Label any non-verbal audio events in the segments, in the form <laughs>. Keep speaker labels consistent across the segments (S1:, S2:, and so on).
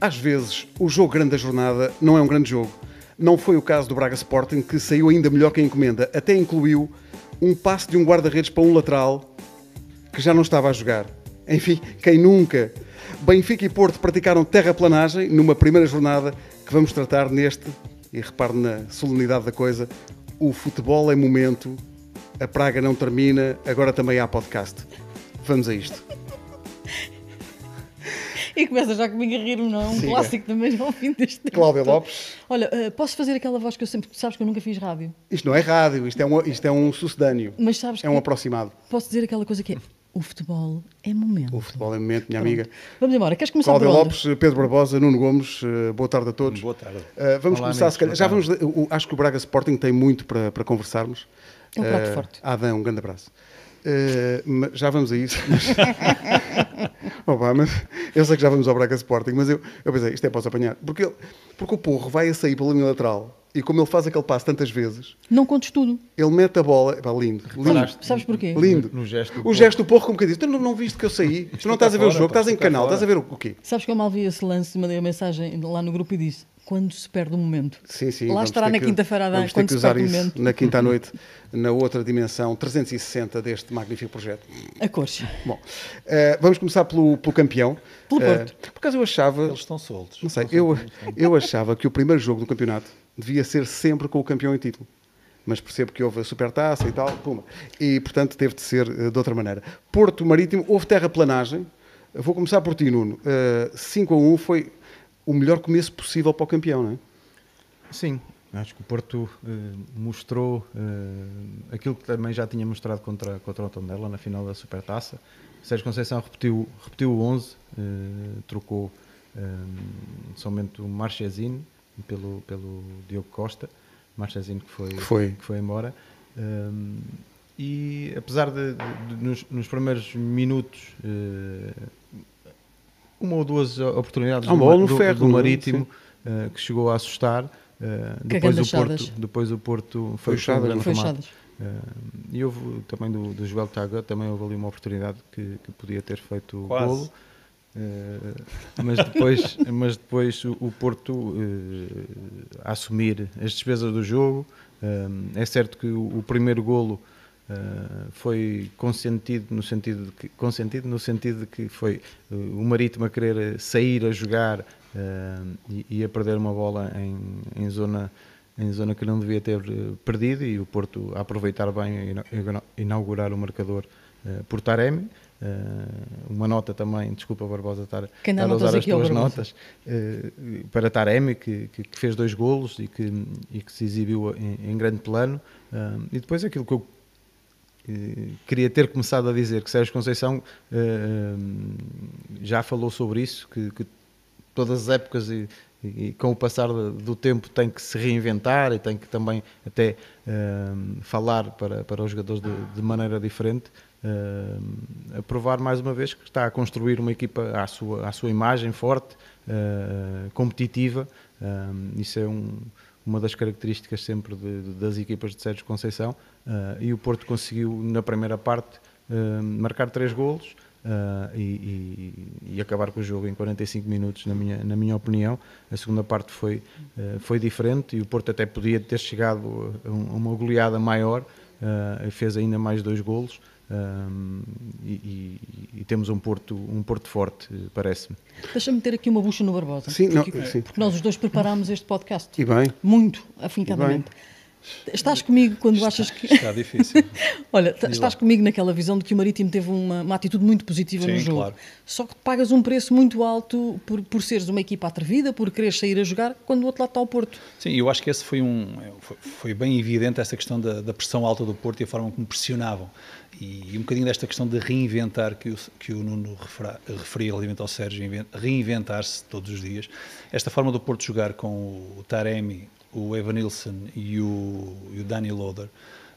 S1: Às vezes, o jogo grande da jornada não é um grande jogo. Não foi o caso do Braga Sporting, que saiu ainda melhor que a encomenda. Até incluiu um passe de um guarda-redes para um lateral que já não estava a jogar. Enfim, quem nunca? Benfica e Porto praticaram terraplanagem numa primeira jornada que vamos tratar neste, e repare na solenidade da coisa, o futebol é momento, a praga não termina, agora também há podcast. Vamos a isto.
S2: E começa já comigo a rir-me, não é? Um
S1: Siga.
S2: clássico do mesmo ao fim deste tempo.
S1: Cláudia
S2: todo.
S1: Lopes.
S2: Olha, eh, posso fazer aquela voz que eu sempre. Sabes que eu nunca fiz rádio,
S1: Isto não é rádio, isto é um, isto é um sucedâneo.
S2: mas sabes
S1: É
S2: que
S1: um aproximado.
S2: posso dizer aquela coisa que é: o futebol é momento.
S1: O futebol é momento, minha
S2: Pronto.
S1: amiga.
S2: Vamos embora. Queres começar
S1: Cláudia
S2: por onde?
S1: Lopes, Pedro Barbosa, Nuno Gomes, eh, boa tarde a todos.
S3: Boa tarde.
S1: Eh, vamos
S3: Olá,
S1: começar,
S3: amigos,
S1: se calhar.
S3: boa
S1: Já
S3: tarde.
S1: vamos, eu acho que o Braga Sporting tem muito para, para conversarmos.
S2: É um prato
S1: Eh,
S2: forte.
S1: Adão, um grande abraço. Eh, mas já vamos a isso.
S2: <laughs>
S1: mas- Opa, mas eu sei que já vamos ao Braga Sporting, mas eu, eu pensei, isto é para os apanhar. Porque, ele- porque o Porro vai a sair pela linha lateral e como ele faz aquele passo tantas vezes,
S2: Não contes tudo.
S1: ele mete a bola. Epá, lindo. lindo.
S3: Reparaste?
S2: Sabes porquê?
S1: Lindo.
S3: No- no gesto do
S1: o
S3: Porro.
S1: gesto do porro, como que eu disse, tu não, não viste que eu
S3: <laughs>
S1: saí, tu não estás a ver o
S3: fora,
S1: jogo,
S3: pá,
S1: estás em
S3: fica
S1: canal,
S3: fora.
S1: estás a ver o, o quê?
S2: Sabes que eu mal vi esse lance, mandei a mensagem lá no grupo e disse: quando se perde o momento.
S1: Sim, sim.
S2: Lá
S1: vamos
S2: estará
S1: ter
S2: na
S1: que-
S2: quinta-feira a dar
S1: Vamos ter
S2: quando
S1: que
S2: se
S1: usar
S2: perde o
S1: isso
S2: momento.
S1: na
S2: <laughs>
S1: quinta à noite, na outra dimensão 360 deste magnífico projeto.
S2: A cores.
S1: Bom, eh, vamos começar pelo, pelo campeão.
S2: Pelo
S1: Eh,
S2: Porto.
S1: por acaso eu achava.
S3: Eles estão soltos.
S1: Não sei,
S3: Estão
S1: eu,
S3: soltos.
S1: eu achava que o primeiro jogo do campeonato devia ser sempre com o campeão em título. Mas percebo que houve a supertaça e tal, puma. E, portanto, teve de ser eh, de outra maneira. Porto Marítimo, houve terraplanagem. Vou começar por ti, Nuno. Eh, 5 a 1 foi o melhor começo possível para o campeão, não é?
S3: Sim, acho que o Porto eh, mostrou eh, aquilo que também já tinha mostrado contra, contra o Tondela na final da Supertaça. Sérgio Conceição repetiu, repetiu o 11, eh, trocou eh, somente o Marchesino pelo, pelo Diogo Costa. Marchesino que foi,
S1: Que foi.
S3: que foi embora. Hum, e apesar de, de- de- nos, nos primeiros minutos, eh, uma ou duas oportunidades
S1: Ah, uma
S3: do,
S1: bola
S3: ma-
S1: no
S3: do-
S1: ferro,
S3: do
S1: não é?
S3: Marítimo eh, que chegou a assustar. eh, depois,
S2: grande
S3: o
S2: Chadas.
S3: Porto, depois o Porto
S1: Foi
S3: foi, foi um
S1: Chadas,
S3: grande
S2: Foi
S3: remate.
S2: Chadas.
S3: Eh, e houve também do, do Joel Taga, também houve ali uma oportunidade que, que podia ter feito o
S4: Quase.
S3: golo. Eh, mas depois, mas depois o, o Porto eh, a assumir as despesas do jogo. Eh, é certo que o, o primeiro golo eh, foi consentido no sentido de que, consentido no sentido de que foi eh, o Marítimo a querer eh, sair a jogar eh, e, e a perder uma bola em, em zona em zona que não devia ter eh, perdido e o Porto a aproveitar bem e ina- ina- inaugurar o marcador eh, por Taremi. Eh, uma nota também, desculpa Barbosa estar,
S2: Quem dá
S3: estar a
S2: notas
S3: usar as
S2: aqui é o
S3: tuas
S2: Barbosa.
S3: notas eh, para Taremi, que, que- que fez dois golos e que, e que se exibiu em, em grande plano. Ah, e depois aquilo que eu eh, queria ter começado a dizer que Sérgio Conceição eh, já falou sobre isso, que, que todas as épocas e, e com o passar de- do tempo tem que se reinventar e tem que também até eh, falar para, para os jogadores de, de maneira diferente. eh, a provar mais uma vez que está a construir uma equipa à sua, à sua imagem forte, eh, competitiva. eh, isso é um, uma das características sempre de- de- das equipas de Sérgio Conceição ah, e o Porto conseguiu na primeira parte ah, marcar três golos ah, e, e- e acabar com o jogo em 45 minutos na minha, na minha opinião a segunda parte foi, ah, foi diferente e o Porto até podia ter chegado a um- a uma goleada maior ah, fez ainda mais dois golos ah, e, e- e temos um Porto, um Porto forte eh, parece-me
S2: Deixa-me ter aqui uma bucha no Barbosa.
S1: Sim, não,
S2: porque,
S1: sim.
S2: porque nós os dois preparámos este podcast.
S1: E bem.
S2: Muito, afincadamente. Estás comigo quando achas que.
S4: Está difícil.
S2: <laughs> Olha, t- estás comigo naquela visão de que o Marítimo teve uma, uma atitude muito positiva
S4: Sim,
S2: no jogo.
S4: claro.
S2: Só que pagas um preço muito alto por, por seres uma equipa atrevida, por quereres sair a jogar, quando do outro lado está o Porto.
S4: Sim, eu acho que esse foi um foi, foi bem evidente essa questão da, da pressão alta do Porto e a forma como pressionavam e, um bocadinho desta questão de reinventar que o, que o Nuno refera, referia relativamente ao Sérgio inven- reinventar-se todos os dias esta forma do Porto jogar com o Taremi, o Evanilson e o, e o Dani Loder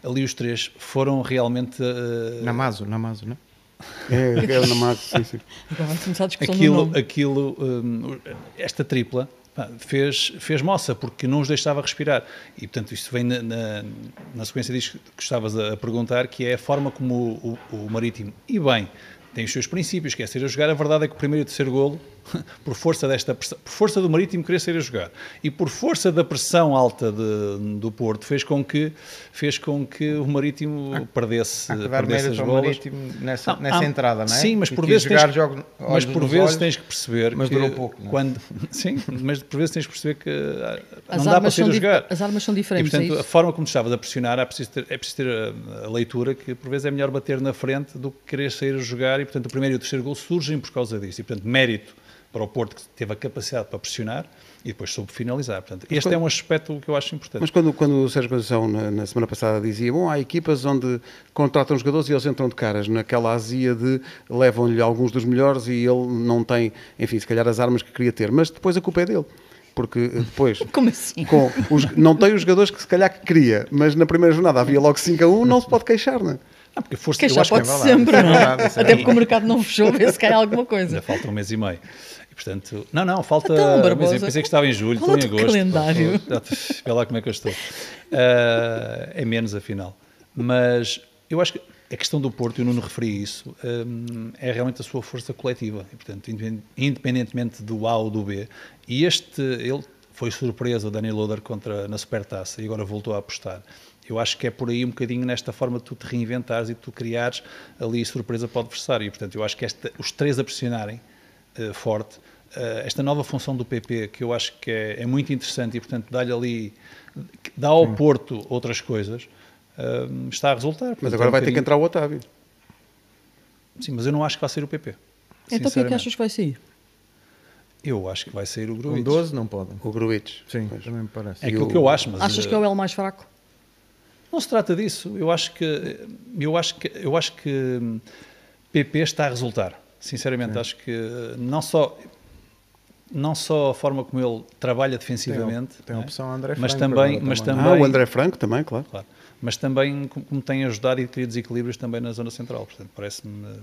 S4: ali os três foram realmente eh,
S3: Namazo, Namazo, não é?
S1: É, é o Namazo, sim, sim.
S2: Agora vai começar a discussão do
S4: aquilo, eh,
S2: nome.
S4: aquilo hum, esta tripla pá, fez, fez moça porque não os deixava respirar e portanto isto vem na, na, na sequência disso que estavas a, a perguntar que é a forma como o, o- o Marítimo e bem, tem os seus princípios, quer ser a jogar a verdade é que o primeiro e o terceiro golo <laughs> por força desta pressão, por força do Marítimo querer sair a jogar e por força da pressão alta de, do Porto fez com que fez com que o Marítimo perdesse,
S3: Há que dar
S4: perdesse
S3: mérito
S4: as
S3: ao
S4: bolas.
S3: Marítimo nessa,
S4: Não,
S3: nessa
S4: há- um-
S3: entrada, não é?
S4: Sim, mas
S3: E
S4: por
S3: quis
S4: vezes,
S3: jogar
S4: tens,
S3: jogos
S4: mas
S3: olhos
S4: por
S3: nos
S4: vezes
S3: olhos.
S4: tens que perceber
S3: mas
S4: que
S3: durou pouco, não é?
S4: quando <laughs> sim, mas por vezes tens que perceber que ah,
S2: As
S4: não dá para
S2: armas
S4: sair
S2: são
S4: a
S2: dif-
S4: jogar.
S2: as armas são diferentes,
S4: E, portanto,
S2: é isso?
S4: a forma como tu estavas a pressionar, é preciso ter, é preciso ter a, a leitura que por vezes é melhor bater na frente do que querer sair a jogar e, portanto, o primeiro e o terceiro gol surgem por causa disso. E, portanto, mérito para o Porto que teve a capacidade para pressionar e depois soube finalizar. Portanto, este é um aspecto que eu acho importante.
S1: Mas quando, quando o Sérgio Conceição, na, na semana passada, dizia bom, há equipas onde contratam jogadores e eles entram de caras, naquela azia de levam-lhe alguns dos melhores e ele não tem, enfim, se calhar as armas que queria ter, mas depois a culpa é dele. Porque eh, depois,
S2: <laughs> Como assim?
S1: com os- não tem os jogadores que se calhar que queria, mas na primeira jornada havia logo 5 a 1, não se pode queixar, não é?
S4: Ah, porque força, eu
S2: Queixar
S4: acho que é
S2: pode
S4: verdade.
S2: sempre,
S3: isso é
S2: não é?
S3: verdade, isso é
S2: Até porque o mercado não fechou, vê se cai alguma coisa.
S4: Ainda falta um mês e meio. E, portanto, não, não, falta.
S2: Então,
S4: um mês e-
S2: Barbosa,
S4: pensei que estava em julho,
S2: qual
S4: estou
S2: é o teu
S4: em agosto.
S2: calendário?
S4: Estou- estou- Vê lá como é que eu estou. Ah, é menos, afinal. Mas eu acho que a questão do Porto, e o Nuno referi isso, hum, é realmente a sua força coletiva. E, portanto, independ- independentemente do A ou do B. E este, ele foi surpresa, o Dani Loder, contra, na Supertaça, e agora voltou a apostar. Eu acho que é por aí um bocadinho nesta forma de tu te reinventares e tu criares ali surpresa para o adversário. E, portanto, eu acho que esta, os três a pressionarem eh, forte. Eh, esta nova função do PP, que eu acho que é, é muito interessante e, portanto, dá-lhe ali, dá ao Porto outras coisas, eh, está a resultar.
S1: Mas é um agora vai ter que entrar o Otávio.
S4: Sim, mas eu não acho que vai sair o PP.
S2: Então o que é que
S4: sinceramente.
S2: achas que vai sair?
S4: Eu acho que vai sair o
S3: Com
S4: Gruitch.
S3: 12 não podem.
S1: O Gruitch.
S3: Sim, também me parece.
S4: É aquilo que eu acho, mas
S2: Achas
S4: eh,
S2: que é o L mais fraco?
S4: Não se trata disso. Eu acho que eu acho que eu acho que hum, PP está a resultar. Sinceramente, acho que eh, não só não só a forma como ele trabalha defensivamente,
S3: Tem- tem
S4: né?
S3: opção André
S4: mas
S3: Franco
S4: também,
S3: agora
S4: mas
S3: também.
S4: também,
S1: Ah, o André Franco também, claro.
S4: claro, mas também como como tem ajudado e cria desequilíbrios também na zona central. Portanto, parece-me eh,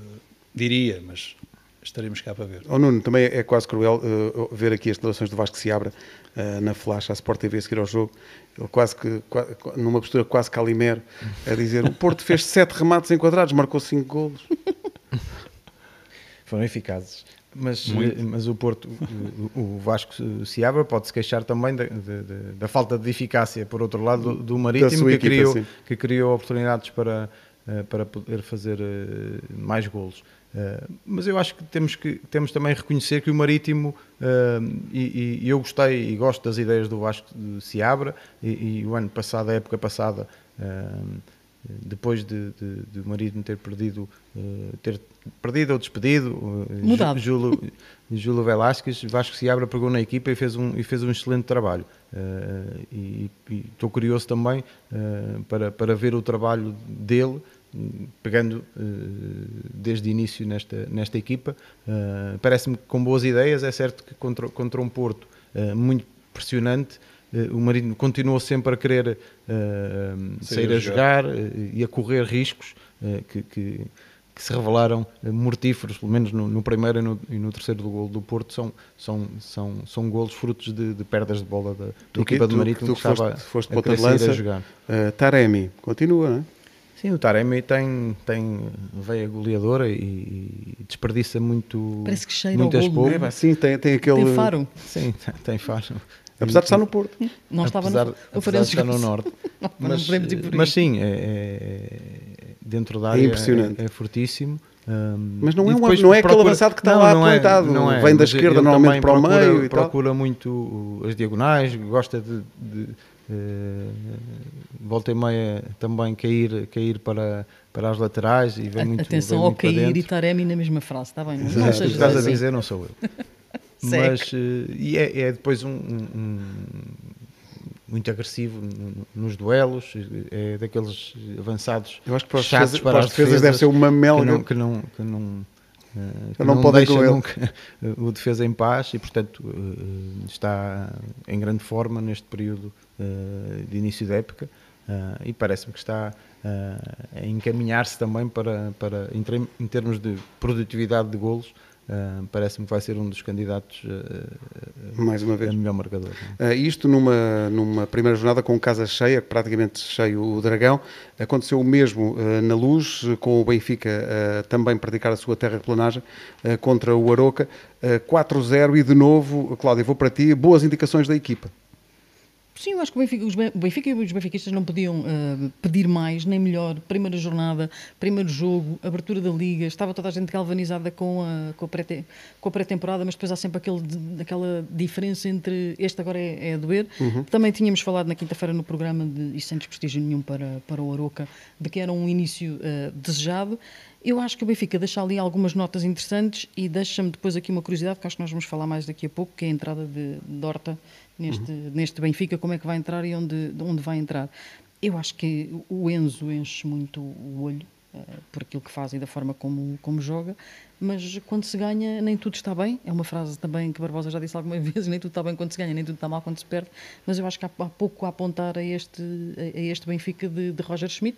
S4: diria, mas estaremos cá para ver.
S1: Oh, Nuno, também é quase cruel eh, ver aqui as declarações do Vasco Seabra eh, na flash à Sport TV a seguir ao jogo. Ele quase que, qua- qua- numa postura quase calimero, a dizer: o Porto
S3: <laughs>
S1: fez sete remates enquadrados, marcou cinco golos.
S3: Foram eficazes. Mas, eh, mas o Porto, o, o Vasco se abre, pode-se queixar também da, da- da- da falta de eficácia, por outro lado, do, do Marítimo,
S1: sua
S3: que,
S1: equipa,
S3: criou,
S1: sim.
S3: que criou oportunidades para, eh, para poder fazer eh, mais golos. Eh, Mas eu acho que temos, que temos também reconhecer que o Marítimo, eh, e, e- e eu gostei e gosto das ideias do Vasco de Seabra, e, e o ano passado, a época passada, eh, depois de, de, de o marido me ter perdido, eh, ter perdido ou despedido, eh, Ju-
S2: Mudado.
S3: Júlio, Júlio Velasquez, Vasco Seabra pegou na equipa e fez um, e fez um excelente trabalho. Eh, e e estou curioso também eh, para, para ver o trabalho dele, hum, pegando eh, desde início nesta, nesta equipa. Eh, Parece-me que com boas ideias, é certo que contra, contra um Porto eh, muito pressionante, eh, o Marino continuou sempre a querer eh, sair a jogar eh, e a correr riscos eh, que, que- que se revelaram eh, mortíferos, pelo menos no, no primeiro e no, e no terceiro do gol do Porto, são, são, são, são golos frutos de, de perdas de bola da, da equipa do Marítimo
S1: tu
S3: que estava
S1: foste, foste
S3: a
S1: ponta
S3: querer
S1: de
S3: sair
S1: lança.
S3: a jogar.
S1: eh, Taremi, continua, não é?
S3: Sim, o Taremi tem, tem veia goleadora e, e desperdiça muito,
S2: Parece que cheira ao
S3: muitas
S2: golo, não
S1: É,
S3: poucas.
S1: pá, sim, tem, tem aquele.
S2: Tem faro?
S3: Sim, <laughs> tem faro.
S1: Apesar de estar no Porto.
S2: Não estava
S3: apesar,
S2: no...
S3: apesar de estar no norte.
S2: <laughs> Não, não
S3: mas,
S2: podemos ir por aí.
S3: mas sim, é- é- é- dentro da
S1: É
S3: área
S1: impressionante.
S3: É, fortíssimo. hum,
S1: Mas não é
S3: e
S1: um-
S3: depois
S1: não é aquele
S3: procura-
S1: avançado que está
S3: Não,
S1: lá
S3: não é-
S1: plantado,
S3: não é,
S1: vem da
S3: mas
S1: esquerda
S3: ele
S1: normalmente
S3: também
S1: para o
S3: procura-
S1: meio e tal.
S3: Procura muito o- as diagonais, gosta de, de, eh, volta e meia também cair, cair para, para as laterais e vem muito
S2: Atenção
S3: vem
S2: ao
S3: muito para
S2: cair
S3: dentro.
S2: e Taremi na mesma frase, está bem? Não,
S3: Não,
S2: não
S3: tu
S2: sejas
S3: estás a
S2: assim.
S3: dizer, não sou eu.
S2: Seco.
S3: Mas eh, e é, é depois um, um- um- muito agressivo no- no- nos duelos, é daqueles avançados
S1: Eu acho que para as
S3: chatos
S1: defesas-
S3: para
S1: para as
S3: as
S1: defesas deve ser uma melga.
S3: que não que não, que não eh, que
S1: não podem
S3: deixa
S1: com ele.
S3: nunca <laughs> o defesa em paz e portanto eh, está em grande forma neste período eh, de início da época eh, e parece-me que está eh, a encaminhar-se também para, para em, tre- em termos de produtividade de golos Uh, Parece-me que vai ser um dos candidatos uh,
S1: Mais uma
S3: a
S1: vez.
S3: melhor marcador.
S1: Ah, isto numa, numa primeira jornada com casa cheia, praticamente cheio o Dragão. Aconteceu o mesmo ah, na Luz, eh, com o Benfica ah, também praticar a sua terra de planagem ah, contra o Aroca. Ah, 4-0 e de novo, Cláudio, vou para ti. Boas indicações da equipa.
S2: Sim, eu acho que o Benfica, os Ben- o Benfica e os benfiquistas não podiam ah, pedir mais, nem melhor. Primeira jornada, primeiro jogo, abertura da liga, estava toda a gente galvanizada com a, com a pré-te- com a pré-temporada, mas depois há sempre aquele, de- aquela diferença entre este agora é, é a doer. Também tínhamos falado na quinta-feira no programa, de, e sem desprestígio nenhum para, para o Aroca, de que era um início ah, desejado. Eu acho que o Benfica deixa ali algumas notas interessantes e deixa-me depois aqui uma curiosidade, que acho que nós vamos falar mais daqui a pouco, que é a entrada de, de Horta neste,
S1: Uhum.
S2: neste Benfica, como é que vai entrar e onde, de onde vai entrar. Eu acho que o Enzo enche muito o olho eh, por aquilo que faz e da forma como, como joga, mas quando se ganha nem tudo está bem, é uma frase também que Barbosa já disse <laughs> alguma vez, nem tudo está bem quando se ganha, nem tudo está mal quando se perde, mas eu acho que há, há pouco a apontar a este, a, a este Benfica de, de Roger Schmidt,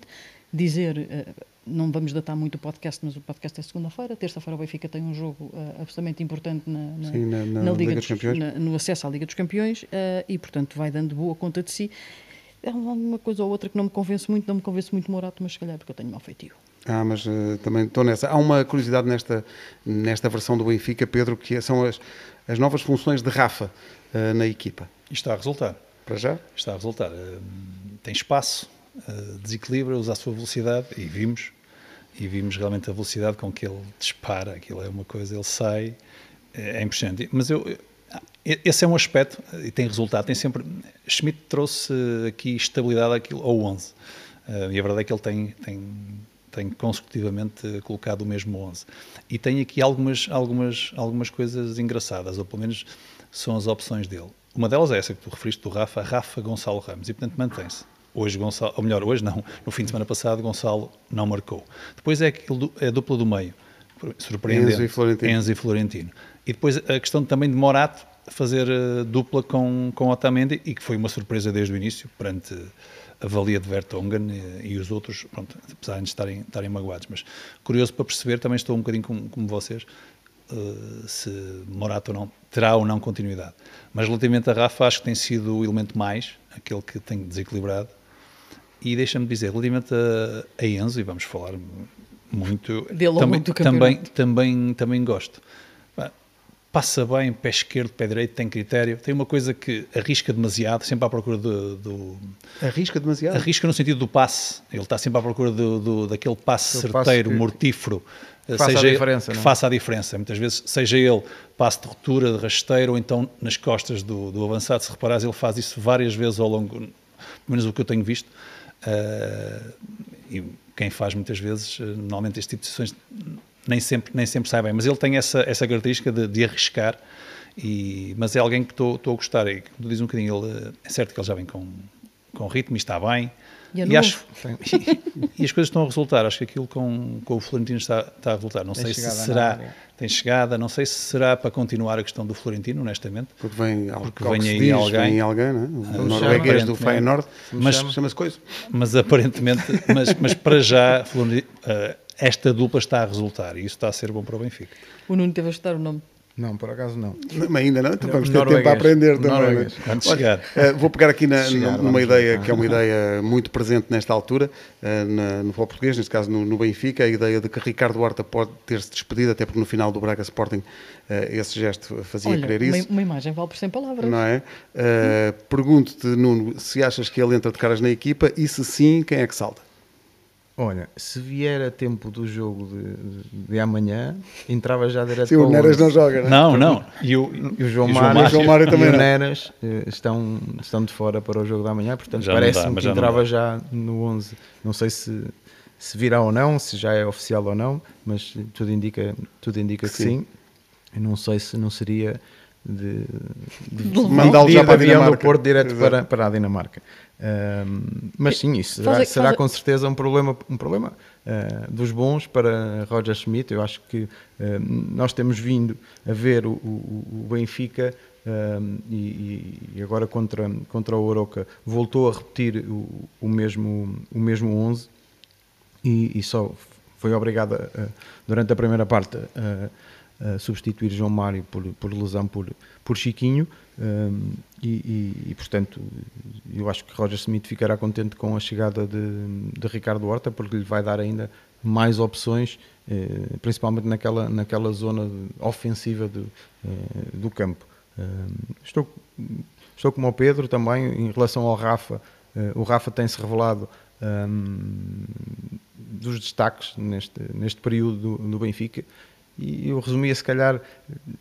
S2: dizer, eh, não vamos datar muito o podcast, mas o podcast é segunda-feira, terça-feira o Benfica tem um jogo eh, absolutamente importante na, na-
S1: Sim, na- na Liga dos Campeões.
S2: na- no acesso à Liga dos Campeões eh, e, portanto, vai dando boa conta de si. É alguma coisa ou outra que não me convence muito, não me convence muito Morato, mas se calhar é porque eu tenho mau feitio.
S1: Ah, mas eh, também estou nessa. Há uma curiosidade nesta, nesta versão do Benfica, Pedro, que é- são as, as novas funções de Rafa eh, na equipa.
S4: E está a resultar.
S1: Para já?
S4: Está a resultar. Eh, Tem espaço, eh, desequilibra, usa a sua velocidade e vimos. E vimos realmente a velocidade com que ele dispara. Aquilo é uma coisa, ele sai. eh, É impressionante. Mas eu. eu- ah, Esse é um aspecto eh, e tem resultado. Tem sempre. Schmidt trouxe aqui estabilidade àquilo, ao 11. Eh, E a verdade é que ele tem, tem, tem consecutivamente eh, colocado o mesmo 11. E tem aqui algumas, algumas, algumas coisas engraçadas, ou pelo menos são as opções dele. Uma delas é essa que tu referiste do Rafa, Rafa Gonçalo Ramos, e portanto mantém-se. Hoje Gonçalo, ou melhor, hoje não, no fim de semana passado Gonçalo não marcou. Depois é aquilo do- é a dupla do meio, surpreendente.
S1: Enzo e Florentino.
S4: Enzo e Florentino. E depois a questão também de Morato fazer eh, dupla com, com Otamendi, e que foi uma surpresa desde o início, perante a valia de Vertonghen eh, e, os outros, pronto, apesar de estarem, estarem magoados. Mas curioso para perceber, também estou um bocadinho como, como vocês, eh, se Morato ou não, terá ou não continuidade. Mas relativamente a Rafa, acho que tem sido o elemento mais, aquele que tem desequilibrado, e deixa-me dizer, relativamente a, a Enzo, e vamos falar muito,
S2: Dele ao longo
S4: também,
S2: do
S4: também,
S2: campeonato.
S4: também, também gosto. Pá, Passa bem, pé esquerdo, pé direito, tem critério. Tem uma coisa que arrisca demasiado, sempre à procura do- do.
S1: Arrisca demasiado.
S4: Arrisca no sentido do passe. Ele está sempre à procura do, do- daquele passe
S3: Aquele passe
S4: certeiro,
S3: que-
S4: mortífero. eh,
S3: faça a
S4: seja ele-
S3: diferença,
S4: que
S3: não é?
S4: faça a diferença. Muitas vezes, seja ele passe de ruptura, de rasteiro, ou então nas costas do, do avançado, se reparares, ele faz isso várias vezes ao longo, pelo menos o que eu tenho visto. Eh, e quem faz muitas vezes, eh, normalmente este tipo de decisões nem sempre, nem sempre sai bem, mas ele tem essa, essa característica de, de arriscar, e, mas é alguém que estou estou a gostar. E como tu dizes um bocadinho, ele, eh, é certo que ele já vem com, com ritmo e está bem.
S2: E é novo.
S4: e as coisas estão a resultar. Acho que aquilo com, com o Florentino está, está a resultar. Não
S3: Tem
S4: sei se
S3: chegada, não
S4: será.
S3: é?
S4: Tem chegada, não sei se será para continuar a questão do Florentino, honestamente.
S1: Porque vem, al-
S4: Porque
S1: ao que
S4: vem
S1: se
S4: aí
S1: diz,
S4: alguém.
S1: vem alguém, não é? o
S4: se
S1: norueguês
S4: chama.
S1: do Feyenoord,
S4: Mas-
S1: mas chama-se coisa.
S4: Mas aparentemente, <laughs> mas, mas para já, Florentino, eh, esta dupla está a resultar e isso está a ser bom para o Benfica.
S2: O Nuno teve a estudar o nome.
S3: <laughs> Não, por acaso não.
S1: Não, mas ainda não, então vamos ter tempo
S3: Norueguês.
S1: a aprender também.
S3: Norueguês.
S1: não é?
S4: Antes de
S1: Olha,
S4: chegar.
S1: eh, vou pegar aqui na-
S3: Chegar,
S1: num- numa
S3: vamos
S1: ideia
S3: lá.
S1: que é uma ideia muito presente nesta altura, eh, na- no futebol português, neste caso no, no Benfica, a ideia de que Ricardo Horta pode ter-se despedido, até porque no final do Braga Sporting eh, esse gesto fazia
S2: Olha,
S1: crer
S2: uma,
S1: isso.
S2: uma imagem vale por 100 palavras.
S1: Não é? Eh, Pergunto-te, Nuno, se achas que ele entra de caras na equipa e se sim, quem é que salta?
S3: Olha, se vier a tempo do jogo de, de- de amanhã, entrava já direto
S1: Se
S3: para
S1: o Neres
S3: onze.
S1: não joga, não é?
S4: Não, não. E o,
S3: E o João,
S4: e o
S3: Mário,
S1: Mário. João Mário também
S3: e
S1: não.
S3: o Neres eh, estão, estão de fora para o jogo da manhã, portanto
S4: Já não dá,
S3: parece-me
S4: mas
S3: que
S4: já não dá.
S3: entrava já no 11. Não sei se, se virá ou não, se já é oficial ou não, mas tudo indica, tudo indica que, sim. Eu Não sei se não seria de, de
S1: Mandá-lo
S3: de
S1: já
S3: ir
S1: para a
S3: de avião do
S1: Dinamarca.
S3: Porto direto
S1: Exato.
S3: para, para a Dinamarca. Ahm, mas sim, isso será,
S2: Faz a-
S3: será
S2: faz a-
S3: com certeza um problema, um problema ah, dos bons para Roger Schmidt. Eu acho que ah, nós temos vindo a ver o, o- o Benfica ah, e, e agora contra, contra o Oroca voltou a repetir o, o mesmo, o mesmo 11 e, e só foi obrigado, a- a- durante a primeira parte, a, a substituir João Mário por, por lesão por, por Chiquinho. hum, e, e- e, portanto, eu acho que Roger Smith ficará contente com a chegada de, de Ricardo Horta, porque lhe vai dar ainda mais opções, eh, principalmente naquela, naquela zona de- ofensiva do, eh, do campo. Hum, Estou, estou como o Pedro também em relação ao Rafa. eh, O Rafa tem-se revelado hum, dos destaques neste, neste período do, do Benfica. E eu resumia, se calhar,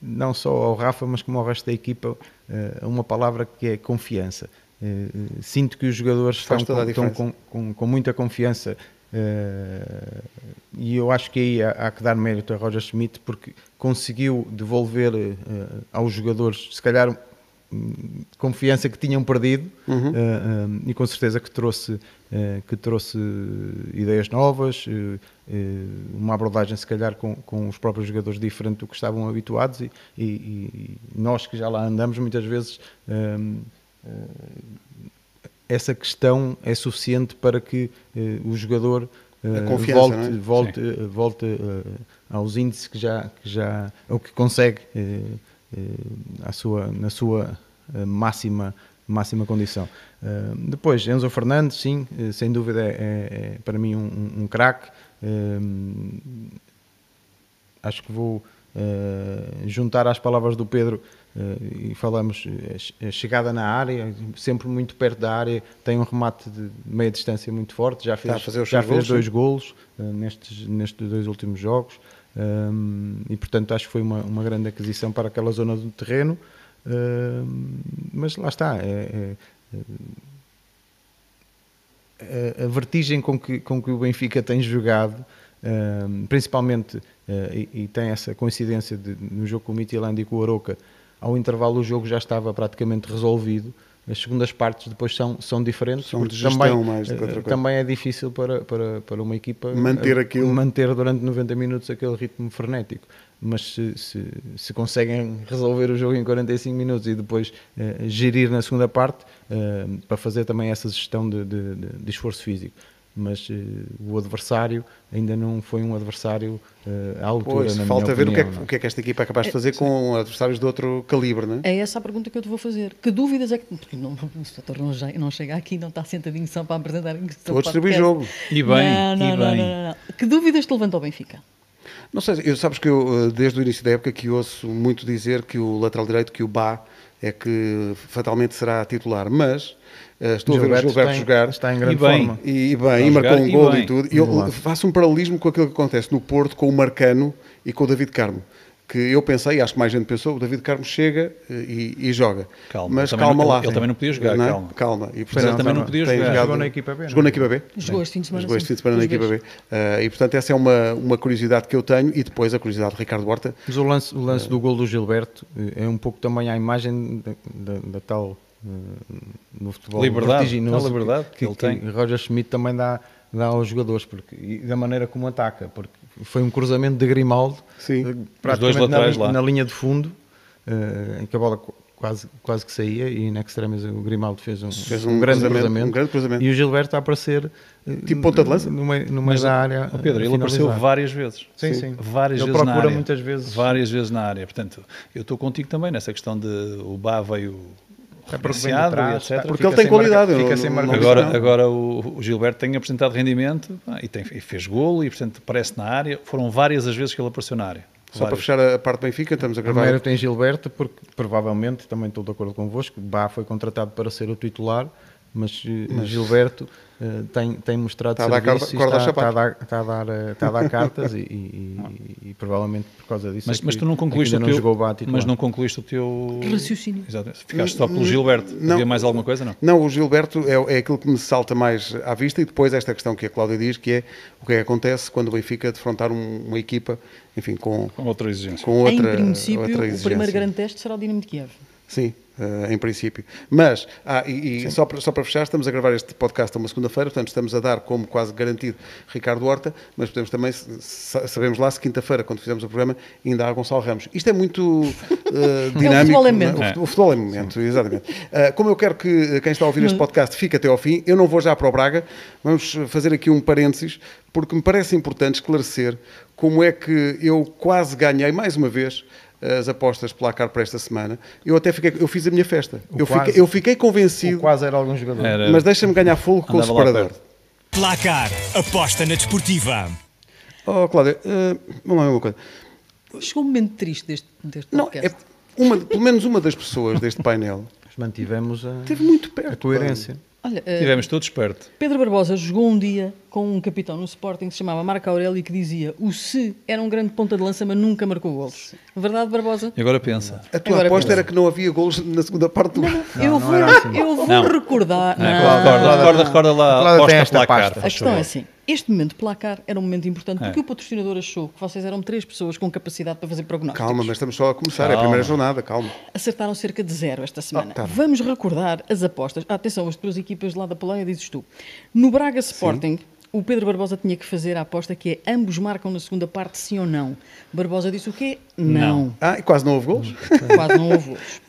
S3: não só ao Rafa, mas como ao resto da equipa, eh, uma palavra que é confiança. Eh, eh, Sinto que os jogadores estão,
S1: Faz toda
S3: com,
S1: a
S3: estão
S1: diferença.
S3: com, com- com muita confiança eh, e eu acho que aí há, há que dar mérito a Roger Schmidt porque conseguiu devolver eh, aos jogadores, se calhar, hum, confiança que tinham perdido eh, eh, e com certeza que trouxe, eh, que trouxe ideias novas, eh, eh, uma abordagem, se calhar, com, com os próprios jogadores diferente do que estavam habituados e, e- e nós que já lá andamos muitas vezes. hum, essa questão é suficiente para que eh, o jogador eh,
S1: A confiança,
S3: volte,
S1: não é?
S3: volte, eh, volte eh, aos índices que já, que já ou que consegue eh, eh, à sua, na sua eh, máxima, máxima condição. Eh, depois, Enzo Fernandes, sim, eh, sem dúvida é, é- é para mim um, um- um craque. Eh, acho que vou eh, juntar às palavras do Pedro eh, e falamos eh, che- a chegada na área, sempre muito perto da área, tem um remate de meia distância muito forte, já
S1: Está
S3: fez,
S1: Tá a fazer os
S3: já
S1: seus golos,
S3: fez dois golos eh, nestes, nestes dois últimos jogos Ahm, e portanto acho que foi uma, uma grande aquisição para aquela zona do terreno, Ahm, mas lá está, é- é- a- a vertigem com que, com que o Benfica tem jogado, ehm, principalmente, eh, e, e tem essa coincidência de, no jogo com o Mitilândia e com o Aroca, ao intervalo o jogo já estava praticamente resolvido. As segundas partes depois são, são diferentes.
S1: São
S3: porque
S1: de gestão
S3: também,
S1: mais do que outra
S3: eh,
S1: coisa.
S3: também é difícil para, para, para uma equipa
S1: Manter
S3: eh,
S1: aquilo.
S3: manter durante 90 minutos aquele ritmo frenético. Mas se, se, se conseguem resolver o jogo em 45 minutos e depois eh, gerir na segunda parte, eh, para fazer também essa gestão de, de- de- de esforço físico. Mas eh, o adversário ainda não foi um adversário eh, à altura.
S1: Pois,
S3: na
S1: falta
S3: minha
S1: ver o que, é
S3: opinião,
S1: que,
S3: não
S1: o que é que esta equipa é capaz de fazer com adversários de outro calibre, não é?
S2: É essa a pergunta que eu te vou fazer. Que dúvidas é que. Porque não, <laughs> o setor não, já- não chega aqui, não está sentadinho só para apresentar.
S1: Estou a distribuir jogo.
S4: E bem,
S2: não, não,
S4: e
S2: não,
S4: bem.
S2: não, não, não. Que dúvidas te levanta ao Benfica?
S1: Não sei, eu, sabes que eu eh, desde o início da época que ouço muito dizer que o lateral direito, que o Bá, é que fatalmente será titular, mas eh, estou a ver o
S3: Gilberto
S1: Gilberto
S3: está
S1: jogar
S3: em- Está em grande
S4: E bem.
S3: forma.
S1: e, e
S4: Está
S1: bem,
S4: Tá a
S1: e marcou
S4: jogar
S1: um
S4: e
S1: gol e,
S4: bem.
S1: tudo. E Eu
S3: Vamos lá.
S1: faço um paralelismo com aquilo que acontece no Porto com o Marcano e com o David Carmo. Que eu pensei, acho que mais gente pensou, o David Carmo chega eh, e, e joga.
S4: Calma,
S1: mas
S4: também
S1: calma
S4: não-
S1: lá.
S4: ele- ele também não podia jogar,
S1: é?
S4: calma.
S1: Calma. E,
S4: ele também não podia
S1: tem
S4: jogar.
S1: jogado-
S3: Jogou na equipa B, não é?
S1: Jogou na equipa B.
S2: Jogou este fim de semana.
S1: Jogou este
S2: sim.
S1: fim de semana na
S2: Jogou
S1: equipa B. Ah, e portanto, essa é uma, uma curiosidade que eu tenho e depois a curiosidade do Ricardo Horta.
S3: Mas o lance, o lance do gol do Gilberto eh, é um pouco também à imagem da, da- da tal eh, no futebol
S4: Liberdade,
S3: vertiginoso
S4: tal liberdade que ele tem.
S3: Roger Schmidt também dá, dá aos jogadores porque, e da maneira como ataca, porque foi um cruzamento de Grimaldo
S1: Sim.
S3: eh,
S1: Os dois
S3: praticamente na
S4: laterais
S3: li-
S4: lá.
S3: na linha de fundo eh, em que a bola qu- quase, quase que saía e na extremeza o Grimaldo fez um,
S1: Fez
S3: um
S1: um
S3: grande
S1: cruzamento,
S3: cruzamento,
S1: um grande cruzamento.
S3: e o Gilberto a aparecer eh,
S4: Hum,
S1: Tipo ponta de lança?
S3: no meio, no meio da área eh,
S4: Ó oh, Pedro,
S3: a
S4: ele apareceu
S3: finalizar.
S4: várias vezes.
S3: Sim, sim.
S4: Várias
S3: Ele
S4: vezes na
S3: procura
S4: área.
S3: muitas vezes.
S4: Várias vezes na área. Portanto, eu estou contigo também nessa questão de o Bá veio Tá
S3: É porque vem de
S4: referenciado,
S3: trás,
S4: etc.
S3: tá-
S1: Porque
S3: fica
S1: ele tem
S3: sem marca-
S1: qualidade, eu
S3: fica
S1: não-
S3: sem
S1: não-
S3: marca-
S1: não-
S4: Agora, agora o, o Gilberto tem apresentado rendimento ah, e, tem- e fez golo e, portanto, parece na área. Foram várias as vezes que ele apareceu na área.
S1: Só para
S4: Várias.
S1: fechar a parte do Benfica, estamos a gravar.
S3: Primeiro tem Gilberto, porque provavelmente, também estou de acordo convosco, Bá foi contratado para ser o titular, mas, eh, Gilberto eh, tem, tem mostrado
S1: Está Tá a dar
S3: serviço
S1: corda-
S3: e
S1: corda aos
S3: está, está, a dar, está, a dar, eh, está a
S1: <laughs>
S3: dar cartas e, e- e- e provavelmente por causa disso
S4: Mas,
S3: é que-
S4: mas tu não
S3: é que
S4: concluíste
S3: ainda
S4: o
S3: não jogou
S4: teu...
S3: Bá a titular.
S4: mas não concluíste o teu...
S2: Raciocínio.
S4: Exato. Ficaste só pelo Gilberto.
S1: Não.
S4: Havia mais alguma coisa, não?
S1: Não, o Gilberto é, é aquilo que me salta mais à vista e depois esta questão que a Cláudia diz, que é o que é que acontece quando o Benfica defrontar um- uma equipa, enfim, com,
S4: Com outra exigência.
S1: com outra,
S2: em princípio,
S1: outra
S2: o
S1: exigência.
S2: primeiro grande teste será o Dinamo de Kiev.
S1: Sim, eh, em princípio. Mas, ah, e, e só, para, só para fechar, estamos a gravar este podcast a uma segunda-feira, portanto estamos a dar como quase garantido Ricardo Horta, mas podemos também, se- sa- sabemos lá, se quinta-feira, quando fizermos o programa, ainda há Gonçalo Ramos. Isto é muito
S2: <laughs>
S1: eh, dinâmico.
S2: um futebol em
S1: não é?
S2: momento.
S1: O fut- O futebol é momento, exatamente. Ah, como eu quero que eh, quem está a ouvir este podcast fique até ao fim, eu não vou já para o Braga, vamos eh, fazer aqui um parênteses, porque me parece importante esclarecer como é que eu quase ganhei, mais uma vez, as apostas placar para esta semana. Eu até fiquei, eu fiz a minha festa.
S3: O
S1: Eu
S3: quase.
S1: fiquei, eu fiquei
S3: Ou
S1: convencido,
S3: quase era algum jogador.
S4: Era-
S1: mas deixa-me ganhar fogo com o
S4: Andava lá
S1: separador.
S4: perto.
S5: Placar, aposta na desportiva.
S1: Oh, Cláudia, eh, vamos lá ver uma coisa.
S2: Chegou um momento triste deste, deste
S1: Não, é
S2: podcast.
S1: uma, pelo menos uma das pessoas deste painel
S3: Mas mantivemos a,
S1: esteve muito perto.
S3: a
S1: pá.
S3: coerência.
S2: Olha, eh,
S4: Tivemos todos perto.
S2: Pedro Barbosa jogou um dia com um capitão no Sporting que se chamava Marco Aurélio e que dizia o se era um grande ponta de lança, mas nunca marcou golos. Verdade, Barbosa?
S4: E agora pensa.
S1: A tua
S2: Agora
S1: aposta era que não havia golos na segunda parte do.
S2: eu
S3: não
S2: vou,
S3: era assim.
S2: eu vou
S4: Não.
S2: recordar.
S4: Não é?
S2: Não.
S4: Recorda, recorda, recorda lá.
S3: Cláudia tem
S4: aposta
S3: esta
S4: placar.
S3: pasta.
S2: A questão é assim: este momento de placar era um momento importante porque
S4: É.
S2: o patrocinador achou que vocês eram três pessoas com capacidade para fazer prognósticos.
S1: Calma, mas estamos só a começar, é a
S4: Calma.
S1: primeira jornada, calma.
S2: Acertaram cerca de zero esta semana.
S1: Ah, tá bem.
S2: Vamos recordar as apostas. Ah, atenção, as duas equipas lá da Polónia, dizes tu. No Braga Sporting, o Pedro Barbosa tinha que fazer a aposta que é ambos marcam na segunda parte, sim ou não. Barbosa disse o quê? Não.
S1: Ah, e quase não houve golos?
S3: Hum.
S2: Quase não houve golos.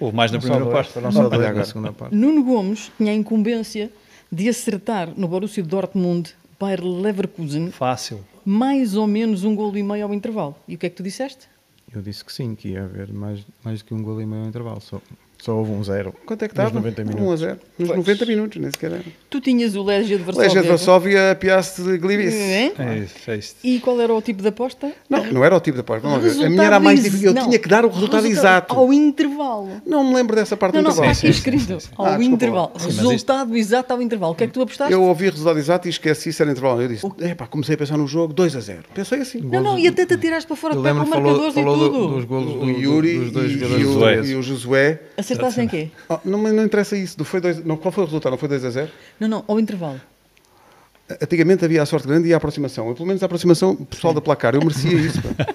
S4: Houve mais na
S3: Só
S4: primeira
S3: dois,
S4: parte.
S3: foram só dois
S1: agora.
S3: na segunda parte.
S2: Nuno Gomes tinha a incumbência de acertar no Borussia Dortmund Bayer Leverkusen
S4: Fácil.
S2: mais ou menos um golo e meio ao intervalo. E o que é que tu disseste?
S3: Eu disse que sim, que ia haver mais, mais do que um gol e meio ao intervalo. Só, só houve um zero.
S1: <laughs> Quanto é que
S3: Nos
S1: estava?
S2: Um
S3: 90
S1: 1 a
S3: minutos.
S1: 0. Nos 90 minutos, nem sequer era.
S2: Tu tinhas o Legia de Varsóvia.
S1: Legia de Varsóvia, Piast de Glibis.
S2: É?
S4: É isso, é isso.
S2: E qual era o tipo de aposta?
S1: Não, não era o tipo da parte. Vamos lá ver. A
S2: Resultado
S1: minha era a mais
S2: ex-
S1: difícil. Eu
S2: não, é
S1: tinha que dar o resultado, exato.
S2: Ao intervalo.
S1: Não me lembro dessa parte
S2: Não,
S1: do
S2: não, está
S1: intervalo.
S2: aqui escrito. Ao
S1: Ah, desculpa lá.
S2: intervalo.
S4: mas
S2: resultado exato ao intervalo. O que é que tu apostaste?
S1: Eu ouvi o resultado exato e esqueci se era intervalo. Eu disse, epá, comecei a pensar no jogo 2 a 0. Pensei assim.
S2: Não, não, e até te atiraste para fora de
S3: Eu
S2: pé com
S3: lembro que falou,
S2: marcadores
S3: falou
S2: e tudo.
S3: do- dos golos
S1: O
S3: do- do-
S1: Yuri
S3: dos dois
S1: e,
S3: jogadores
S1: e
S3: do
S1: o,
S3: Suécia.
S1: e o Josué.
S2: Acertaste em quê?
S1: Oh, não, me- não interessa isso. Do- Foi dois, não, qual foi o resultado? Não foi 2 a 0?
S2: Não, não, ao intervalo.
S1: Antigamente havia a sorte grande e a aproximação. Eu, pelo menos a aproximação pessoal da placar. Eu merecia isso. pá.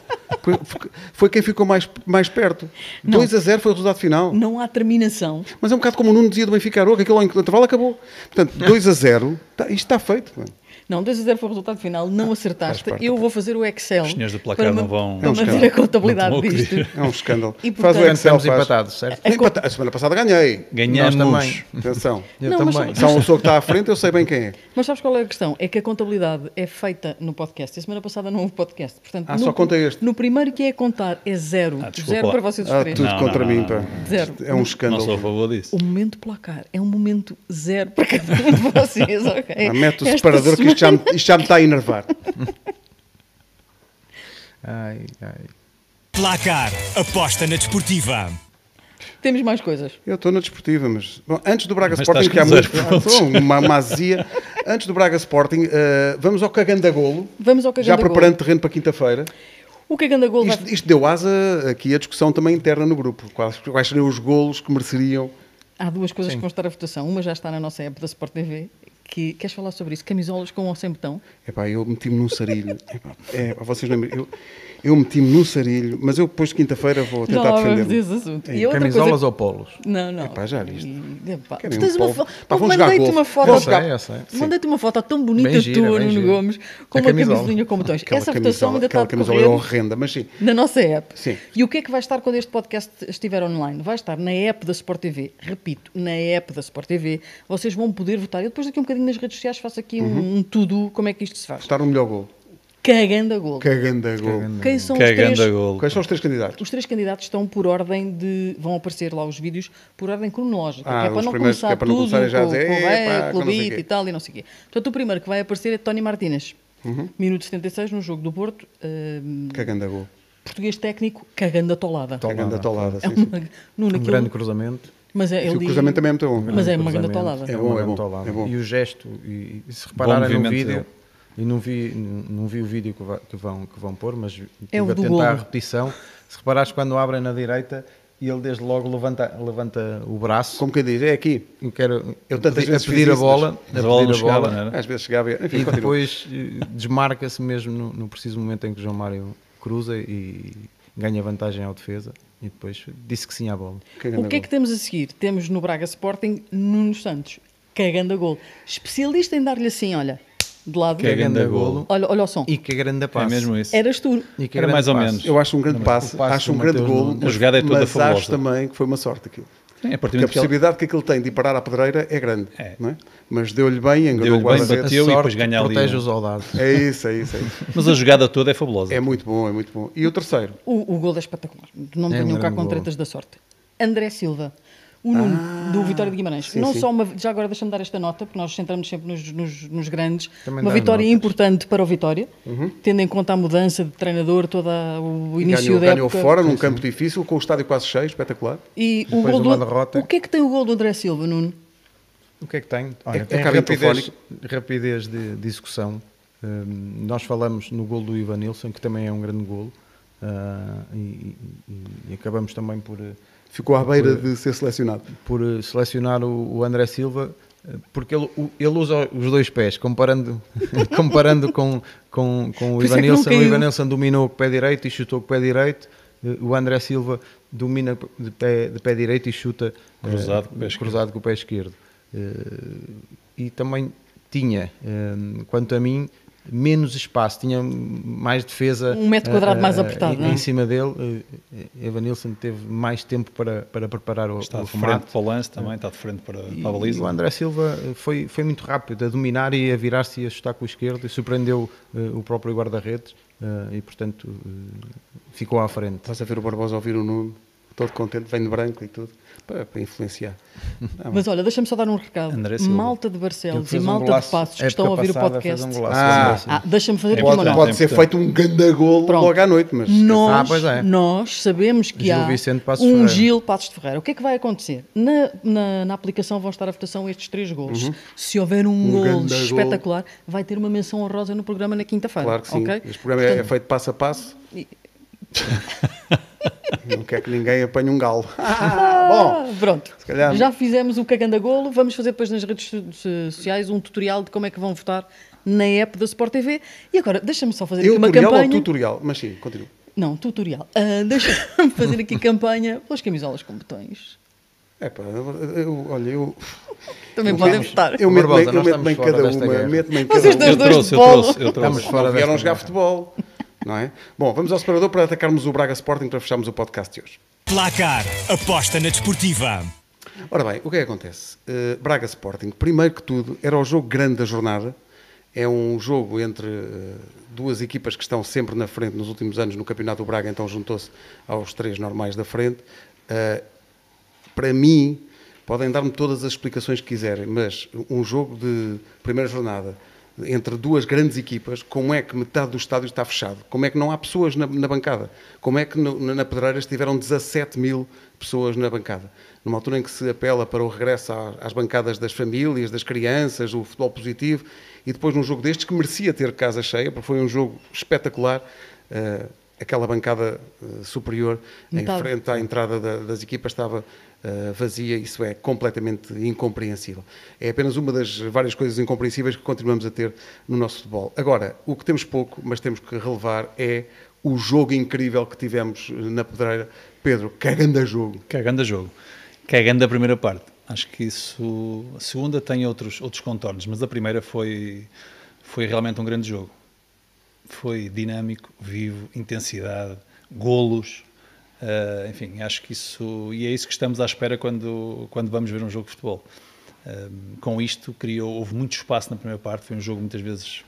S1: Foi, foi- foi quem ficou mais, mais perto. 2 a 0 foi o resultado final.
S2: Não há terminação.
S1: Mas é um bocado como o Nuno dizia do Benfica Aroca, aquilo ao intervalo acabou. Portanto, 2 a 0, tá, isto está feito. Mano.
S2: Não, 2 a 0 foi o resultado final, não acertaste.
S1: parte então.
S2: Eu vou fazer o Excel.
S4: Os senhores do placar
S2: ma-
S4: não vão-
S2: para
S1: Não, os
S2: manter a
S1: caras-
S2: contabilidade
S4: não vão
S2: disto.
S4: querer.
S1: É um escândalo.
S2: E,
S1: faz o
S2: portanto,
S1: Excel.
S3: Estamos
S1: Faz.
S3: empatados, certo?
S1: Empata- A semana passada ganhei.
S4: Ganhamos.
S3: também.
S1: Atenção.
S3: Eu
S2: Não, mas-
S3: também.
S1: Se há um pessoa que está à frente, eu sei bem quem é.
S2: Mas sabes qual é a questão? É que a contabilidade é feita no podcast. E a semana passada não houve podcast. Portanto,
S1: Ah,
S2: no,
S1: só conta este.
S2: No primeiro que é contar é zero.
S4: Ah, desculpa
S2: zero
S4: lá.
S2: para vocês os
S1: Ah,
S2: três.
S1: tudo
S4: Não,
S1: contra
S4: não,
S1: mim,
S4: não,
S1: pá.
S4: não,
S2: Zero.
S1: É um
S4: Não sou a
S1: escândalo.
S4: favor disso.
S2: O momento placar é um momento zero para cada um de
S1: <laughs>
S2: vocês, ok?
S1: Ah, mete o
S2: Esta
S1: separador que isto já, me, isto já me está a enervar.
S3: Ai, ai.
S5: Placar, aposta na desportiva.
S2: semana Temos mais coisas.
S1: Eu estou na desportiva, mas bom, antes do Braga
S4: Mas
S1: Sporting,
S4: estás
S1: que há
S4: com
S1: muito.
S4: zero
S1: Ah, estou uma mazia. Antes do Braga Sporting, eh, vamos ao Cagandagolo.
S2: Vamos ao
S1: Já
S2: Caganda
S1: preparando terreno para quinta-feira.
S2: O Caganda Gol vai...
S1: Isto, isto deu asa aqui a discussão também interna no grupo. Quais, quais seriam os golos que mereceriam?
S2: Há duas coisas que vão estar à votação. Uma já está na nossa app da Sport TV. Que... Queres falar sobre isso? Camisolas com ou sem botão?
S1: Epá, eu meti-me num sarilho. Epá, é, vocês não, eu eu meti-me num sarilho, mas eu depois de quinta-feira vou
S2: Já
S1: tentar
S2: lá vamos
S1: defender-me. É
S2: desse assunto.
S1: Ei,
S2: e a outra
S3: Camisolas
S2: coisa...
S3: ou polos?
S2: Não, não.
S1: Epá, já viste.
S2: E- epá,
S1: Querem
S2: tu
S1: um
S2: tens uma
S1: polo.
S2: fo-
S1: Pá, vão jogar
S2: mandei-te
S1: golfe.
S2: uma foto.
S1: Vão jogar-
S3: Eu sei, eu sei.
S2: Mandei-te uma foto tão bonita
S3: Bem gira,
S2: tua,
S3: bem
S2: Nuno
S3: gira.
S2: Gomes, com
S3: A
S2: uma
S3: camisola.
S2: camisolinha com botões.
S1: Aquela
S2: Essa votação
S1: camisola,
S2: ainda está a
S1: aquela camisola é
S2: decorrer.
S1: horrenda, mas sim.
S2: Na nossa app.
S1: Sim.
S2: E o que é que vai estar quando este podcast estiver online? Vai estar na app da Sport TV. Repito, na app da Sport TV. Vocês vão poder votar. Eu depois daqui a um bocadinho nas redes sociais faço aqui
S1: Uhum.
S2: um, um tudo, como é que isto se faz.
S1: Votaram o melhor golo.
S2: Cagando a gol.
S1: Cagandagolo.
S2: Quem são os três?
S4: Cagando a gol.
S1: Quais são os três candidatos?
S2: Os três candidatos estão por ordem de. vão aparecer lá os vídeos por ordem cronológica,
S1: Ah,
S2: que é para
S1: os
S2: não
S1: primeiros,
S2: começar
S1: que é para não
S2: tudo
S1: começarem já a
S2: com,
S1: dizer,
S2: com
S1: "Epá,
S2: Beck,
S1: que não sei
S2: Clubite
S1: quê."
S2: e tal e não sei o quê. Portanto, o primeiro que vai aparecer é Tony Martínez,
S1: Uhum.
S2: minuto 76 no jogo do Porto, hum,
S1: Cagandagolo.
S2: português técnico, cagando a tolada.
S1: Caganda tolada.
S2: É
S1: Sim, sim.
S2: uma, Nuno,
S3: Um
S2: aquilo-
S3: grande cruzamento. Um
S2: mas é,
S1: o
S2: ele,
S1: cruzamento também é muito bom.
S2: Mas é uma grande
S3: Cruzamento.
S2: tolada.
S1: É bom, é
S3: uma grande
S1: bom,
S3: tolada.
S1: é bom.
S3: E o gesto, e, e se repararem no
S4: movimento
S3: vídeo,
S4: dele.
S3: e não vi, não vi o vídeo que, va- que vão, que vão pôr, mas
S2: É o
S3: estive a
S2: do
S3: tentar
S2: golo.
S3: a repetição, se reparares quando abrem na direita, e ele desde logo levanta, levanta o braço,
S1: Como quem diz, é aqui.
S3: eu quero
S1: Eu tantas
S3: a
S1: vezes
S3: pedir
S1: fiz
S3: a
S1: isso,
S3: bola, a
S4: Mas a bola não
S3: pedir a
S4: chegava,
S3: bola,
S4: não é? era?
S1: Às vezes chegava e... Enfim,
S3: e
S1: continua.
S3: depois eh, desmarca-se mesmo no, no preciso momento em que o João Mário cruza e, ganha vantagem ao defesa e depois disse que sim à bola.
S1: um
S2: O que é que temos a seguir? Temos no Braga Sporting Nuno Santos, cagando a gol. Especialista em dar-lhe assim, olha, de lado.
S4: Que é grande
S3: Cagando a
S4: golo.
S3: é golo.
S2: Olha, olha o som.
S3: E que grande
S4: É
S3: passe.
S4: mesmo isso.
S2: Eras tu.
S3: E que é
S4: Era
S3: grande
S4: mais ou
S3: passe.
S4: menos.
S1: Eu acho um grande passe,
S3: o passe
S1: acho
S3: do
S1: um grande
S3: Mateus
S1: golo,
S3: Nuno-
S1: mas,
S4: A jogada é toda
S1: mas acho
S4: fabulosa.
S1: também que foi uma sorte aquilo.
S4: Sim, É, a
S3: é
S4: partir
S1: Porque
S4: do
S1: a
S4: momento que ela-
S1: possibilidade que aquilo tem de ir parar à pedreira é grande,
S4: É.
S1: não é? Mas deu-lhe bem, enganou o
S4: Deu-lhe bem,
S1: guarda-redes.
S4: bateu. Teu e
S3: Sorte
S4: depois ganha ali
S3: protege
S4: um-
S3: os soldados.
S1: É isso, é isso, é isso.
S4: Mas a jogada toda é fabulosa.
S1: É muito bom, é muito bom. E o terceiro?
S2: O, o gol é espetacular. Não
S3: É um
S2: tenham cá com
S3: grande golo.
S2: tretas da sorte. André Silva, o Nuno,
S3: Ah,
S2: do Vitória de Guimarães.
S1: sim,
S2: não
S1: sim.
S2: só uma. Já agora deixa-me dar esta nota, porque nós centramos sempre nos, nos- nos grandes.
S3: Também
S2: uma
S3: dá as
S2: vitória
S3: notas. Uhum.
S2: importante para o Vitória, tendo em conta a mudança de treinador, todo o início
S1: Ganhou,
S2: da
S1: ganhou
S2: época.
S1: fora, num campo difícil, com o estádio quase cheio, espetacular.
S2: E o
S3: Depois
S2: gol
S3: de uma
S2: do,
S3: derrota.
S2: O que é que tem o gol do André Silva, Nuno?
S3: O que é que tem?
S1: É- é
S3: tem
S1: cabine
S3: rapidez, rapidez de, de execução. Hum, nós falamos no gol do Ivan Nilsson, que também é um grande golo, ah, e, e- e acabamos também por, eh,
S1: Ficou à beira de ser selecionado.
S3: por eh, selecionar o, o André Silva, eh, porque ele, o- ele usa os dois pés, comparando, <laughs> comparando com, com, com
S2: Por
S3: o
S2: isso é
S3: Ivan
S2: que não
S3: Nilsson. O
S2: caiu.
S3: Ivan Nilsson dominou com o pé direito e chutou com o pé direito. eh, O André Silva domina de pé, de pé direito e chuta eh,
S4: Cruzado com o pé esquerdo.
S3: cruzado com o pé esquerdo. Eh, E também tinha, eh, quanto a mim, menos espaço, tinha mais defesa
S2: Um metro quadrado
S3: eh,
S2: mais
S3: eh,
S2: apertado,
S3: em-
S2: não é?
S3: em cima dele. eh, Evanilson teve mais tempo para, para preparar o,
S4: Está
S3: o
S4: de frente
S3: remate.
S4: para o lance também, está de frente para,
S3: E,
S4: para a
S3: e o
S4: baliza.
S3: André Silva eh, foi, foi muito rápido a dominar e a virar-se e a chutar com o esquerdo e surpreendeu eh, o próprio guarda-redes eh, e, portanto, eh, ficou à frente.
S1: Estás a ver o Barbosa ouvir o Nuno, todo contente, vem de branco e tudo, para, para influenciar. Ah,
S2: Mas olha, deixa-me só dar um recado.
S4: André Silva.
S2: Malta de
S3: Ele
S2: Barcelos e
S3: fez um
S2: malta de
S3: golaço,
S2: Passos que
S3: época
S2: estão a ouvir o
S3: passada,
S2: podcast.
S3: fez um golaço,
S1: Ah,
S3: André Silva.
S2: Ah, deixa-me
S3: É
S2: fazer aqui
S4: Pode-
S2: uma nota.
S1: Pode ser
S4: Tem, portanto.
S1: feito um gandagolo
S2: Pronto.
S1: logo à noite, mas
S2: Nós,
S3: Ah, pois é.
S2: nós sabemos que
S3: Gil
S2: há
S3: Vicente Passos
S2: um
S3: Ferreira.
S2: Gil Passos de Ferreira. O que é que vai acontecer? Na, na, na aplicação vão estar a votação estes três gols. Se houver um, gol
S1: Uhum. grande golo.
S2: espetacular, vai ter uma menção honrosa no programa na quinta-feira.
S1: claro que sim.
S2: ok?
S1: Este programa é- é feito passo a passo.
S2: E-
S1: <laughs> Não quer que ninguém apanhe um galo. Ah, <laughs> bom,
S2: Ah, Pronto,
S1: calhar-
S2: já fizemos o cagando a golo, vamos fazer depois nas redes so- so- sociais um tutorial de como é que vão votar na app da Sport TV. E agora, deixa-me só fazer
S1: eu
S2: aqui uma
S1: tutorial
S2: campanha.
S1: ou tutorial? Mas sim, continua.
S2: Não, tutorial. Ah, <laughs> deixa-me fazer aqui campanha pelas camisolas com botões.
S1: É pá, eu- eu- olha, eu.
S2: Também
S1: eu
S2: podem
S1: meto-
S2: votar.
S1: Eu meto
S3: Barbosa,
S1: bem, eu
S3: nós
S1: meto bem
S3: estamos fora
S1: cada
S3: desta
S1: uma.
S3: guerra.
S1: Meto bem
S2: Vocês
S1: cada uma.
S2: dois dois
S4: Eu
S2: de
S4: trouxe, eu
S2: bola.
S4: trouxe, eu
S3: Estamos
S4: trouxe.
S3: fora
S1: Não vieram
S3: desta
S1: jogar
S3: guerra.
S1: futebol. Não é? Bom, vamos ao separador para atacarmos o Braga Sporting para fecharmos o podcast de hoje.
S5: Placar. Aposta na desportiva.
S1: Ora bem, o que é que acontece? Eh, Braga Sporting, primeiro que tudo, era o jogo grande da jornada. É um jogo entre eh, duas equipas que estão sempre na frente nos últimos anos no Campeonato do Braga, então juntou-se aos três normais da frente. Eh, para mim, podem dar-me todas as explicações que quiserem, mas um jogo de primeira jornada entre duas grandes equipas, como é que metade do estádio está fechado? Como é que não há pessoas na, na bancada? Como é que no- na na Pedreira estiveram 17 mil pessoas na bancada? Numa altura em que se apela para o regresso à- às bancadas das famílias, das crianças, o futebol positivo, e depois num jogo destes que merecia ter casa cheia, porque foi um jogo espetacular, eh, aquela bancada eh, superior
S2: Metade.
S1: em frente frente à entrada da- das equipas estava eh, vazia, isso é completamente incompreensível. É apenas uma das várias coisas incompreensíveis que continuamos a ter no nosso futebol. Agora, o que temos pouco, mas temos que relevar, é o jogo incrível que tivemos eh, na Pedreira. Pedro, que grande jogo!
S4: Cagando a é jogo. Cagando a primeira parte. Acho que isso. A segunda tem outros, outros contornos, mas a primeira foi, foi realmente um grande jogo. Foi dinâmico, vivo, intensidade, golos. ah, enfim, acho que isso. E é isso que estamos à espera quando, quando vamos ver um jogo de futebol. Ah, com isto, criou, houve muito espaço na primeira parte. Foi um jogo muitas vezes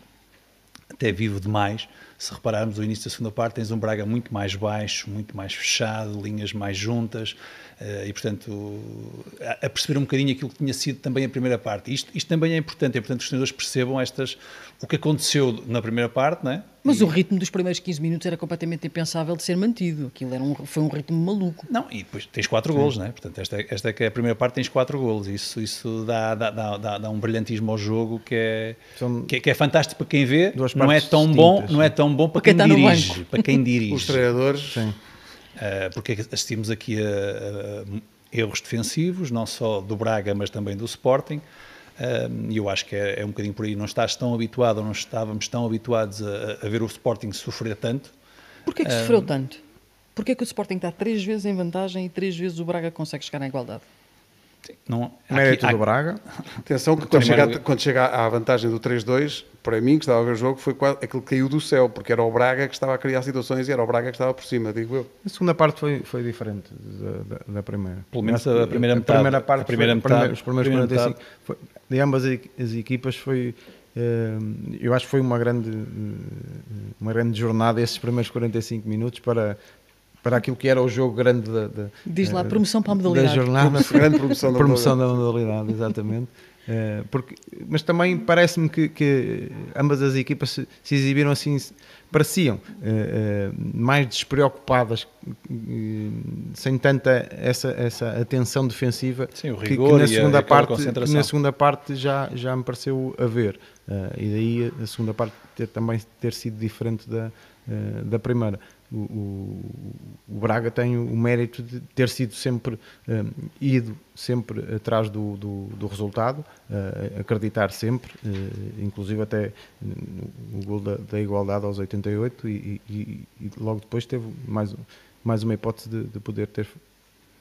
S4: até vivo demais. Se repararmos o início da segunda parte, tens um Braga muito mais baixo, muito mais fechado, linhas mais juntas, eh, e portanto a, a perceber um bocadinho aquilo que tinha sido também a primeira parte. Isto, isto também é importante, é importante que os treinadores percebam estas, o que aconteceu na primeira parte, não é?
S2: Mas o ritmo dos primeiros 15 minutos era completamente impensável de ser mantido. Aquilo era um, foi um ritmo maluco.
S4: Não, e depois tens quatro golos, não é? Portanto, esta, é- esta é que é a primeira parte, tens quatro golos. Isso, isso dá, dá, dá, dá- dá um brilhantismo ao jogo que é,
S3: São
S4: que é, que é fantástico para quem vê,
S3: duas
S4: não é
S3: partes
S4: tão bom,
S3: distintas,
S4: não é tão bom para
S2: Porque
S4: quem,
S2: está no
S4: dirige,
S2: banco.
S4: para
S3: <laughs>
S4: quem dirige.
S1: Os treinadores,
S4: Uh, porque é que assistimos aqui a, a erros defensivos, não só do Braga, mas também do Sporting. Um, E eu acho que é, é um bocadinho por aí. Não estás tão habituado, ou não estávamos tão habituados a, a ver o Sporting sofrer tanto. Ah.
S2: Porquê que sofreu tanto? Porquê é que o Sporting está três vezes em vantagem e três vezes o Braga consegue chegar à igualdade?
S4: Não, há
S3: Mérito
S4: aqui- há-
S3: do Braga.
S1: Atenção, que quando
S4: primeiro-
S1: chega, a- quando chega à vantagem do 3-2, para mim, que estava a ver o jogo, foi quase, aquilo que caiu do céu, porque era o Braga que estava a criar situações e era o Braga que estava por cima, digo eu.
S3: A segunda parte foi, foi diferente da, da- da primeira.
S4: Pelo menos a primeira metade.
S3: primeira parte,
S4: A primeira
S3: foi-
S4: metade-
S3: os primeiros
S4: primeira
S3: 45. Foi, de ambas as equipas foi. eh, Eu acho que foi uma grande, eh, uma grande jornada esses primeiros 45 minutos para, para aquilo que era o jogo grande da, da-
S2: Diz lá,
S3: eh,
S2: promoção para a
S3: Da
S2: modalidade.
S3: jornada,
S1: Grande promoção da
S3: promoção da modalidade, exatamente. Eh, porque, mas também parece-me que, que ambas as equipas se, se exibiram assim, se- pareciam eh, eh, mais despreocupadas, eh, sem tanta essa, essa atenção defensiva
S4: Sim, o
S3: que- que,
S4: rigor
S3: na
S4: e a-
S3: segunda
S4: aquela
S3: parte, que
S4: concentração.
S3: na segunda parte já, já me pareceu haver. Eh, e daí a- a segunda parte ter, também ter sido diferente da, eh, da primeira. O, o- o Braga tem o mérito de ter sido sempre eh, ido sempre atrás do, do, do resultado, eh, acreditar sempre, eh, inclusive até no- o gol da, da igualdade aos 88 e, e- e logo depois teve mais, um- mais uma hipótese de, de poder ter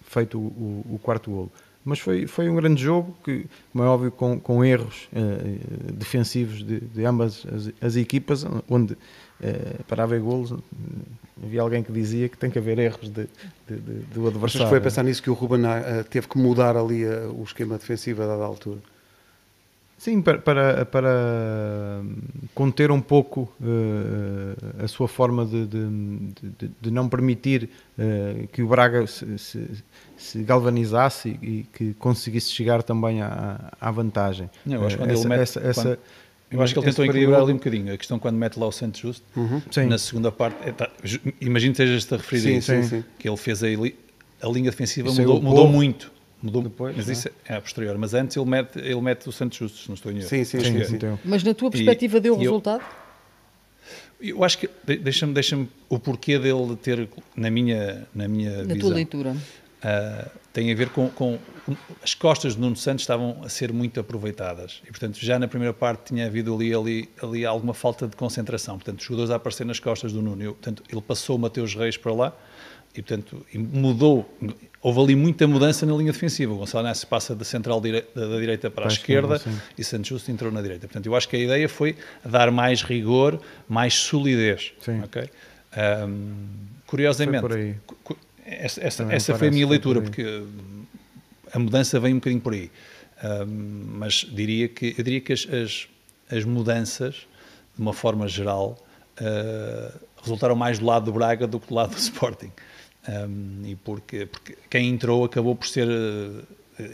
S3: feito o, o- o quarto golo. Mas foi, foi um grande jogo, que, como é óbvio, com, com erros eh, defensivos de, de ambas as, as equipas, onde eh, para haver golos eh, havia alguém que dizia que tem que haver erros de, de- de- do
S1: Vocês
S3: adversário.
S1: foi a pensar nisso que o Ruben ah, teve que mudar ali ah, o esquema defensivo a dada altura.
S3: Sim, para, para, para conter um pouco eh, a sua forma de, de, de- de não permitir eh, que o Braga se, se, se galvanizasse e que conseguisse chegar também à, à vantagem.
S4: Não, eu acho que
S3: Eh,
S4: quando ele
S3: essa-
S4: mete-
S3: essa-
S4: quando-
S3: essa-
S4: Eu acho que ele
S3: esse
S4: tentou
S3: período-
S4: equilibrar ali um bocadinho. A questão quando mete lá o Santos Justo,
S3: Sim.
S4: na segunda parte, é, tá, ju- imagino que estejas-te a referir
S1: Sim,
S4: a isso, né?
S1: sim, sim.
S4: que ele fez aí li- a linha defensiva
S3: Isso é
S4: mudou,
S3: o
S4: mudou
S3: gol.
S4: muito. Mudou,
S3: Depois,
S4: mas
S3: não é?
S4: isso é a posterior. Mas antes ele mete, ele mete o Santos Justo, se não estou em erro.
S1: Sim, sim,
S3: Sim,
S1: sim. sim.
S3: então.
S2: Mas na tua
S4: E-
S2: perspectiva deu
S4: e eu-
S2: resultado?
S4: Eu acho que de- deixa-me deixa o porquê dele ter na minha na minha
S2: Na
S4: visão
S2: tua leitura?
S4: ah, tem a ver com, com- com- as costas de Nuno Santos estavam a ser muito aproveitadas e portanto já na primeira parte tinha havido ali ali ali alguma falta de concentração portanto os jogadores a aparecer nas costas do Nuno Eu, portanto ele passou o Mateus Reis para lá e portanto e mudou houve ali muita mudança na linha defensiva o Gonçalo Inácio passa da central dire- da, da direita para a esquerda
S3: sim.
S4: e Santos Justo entrou na direita portanto eu acho que a ideia foi dar mais rigor mais solidez
S3: Sim.
S4: ok? Ahm, curiosamente,
S3: Foi por aí.
S4: cu- cu- essa, essa-
S3: Também
S4: essa
S3: me
S4: foi a
S3: parece,
S4: minha
S3: foi por
S4: leitura,
S3: aí.
S4: porque hum, a mudança vem um bocadinho por aí. Hum, mas diria que, eu diria que as, as, as mudanças, de uma forma geral, ah, resultaram mais do lado do Braga do que do lado do Sporting. Hum, e porque, porque quem entrou acabou por ser ah,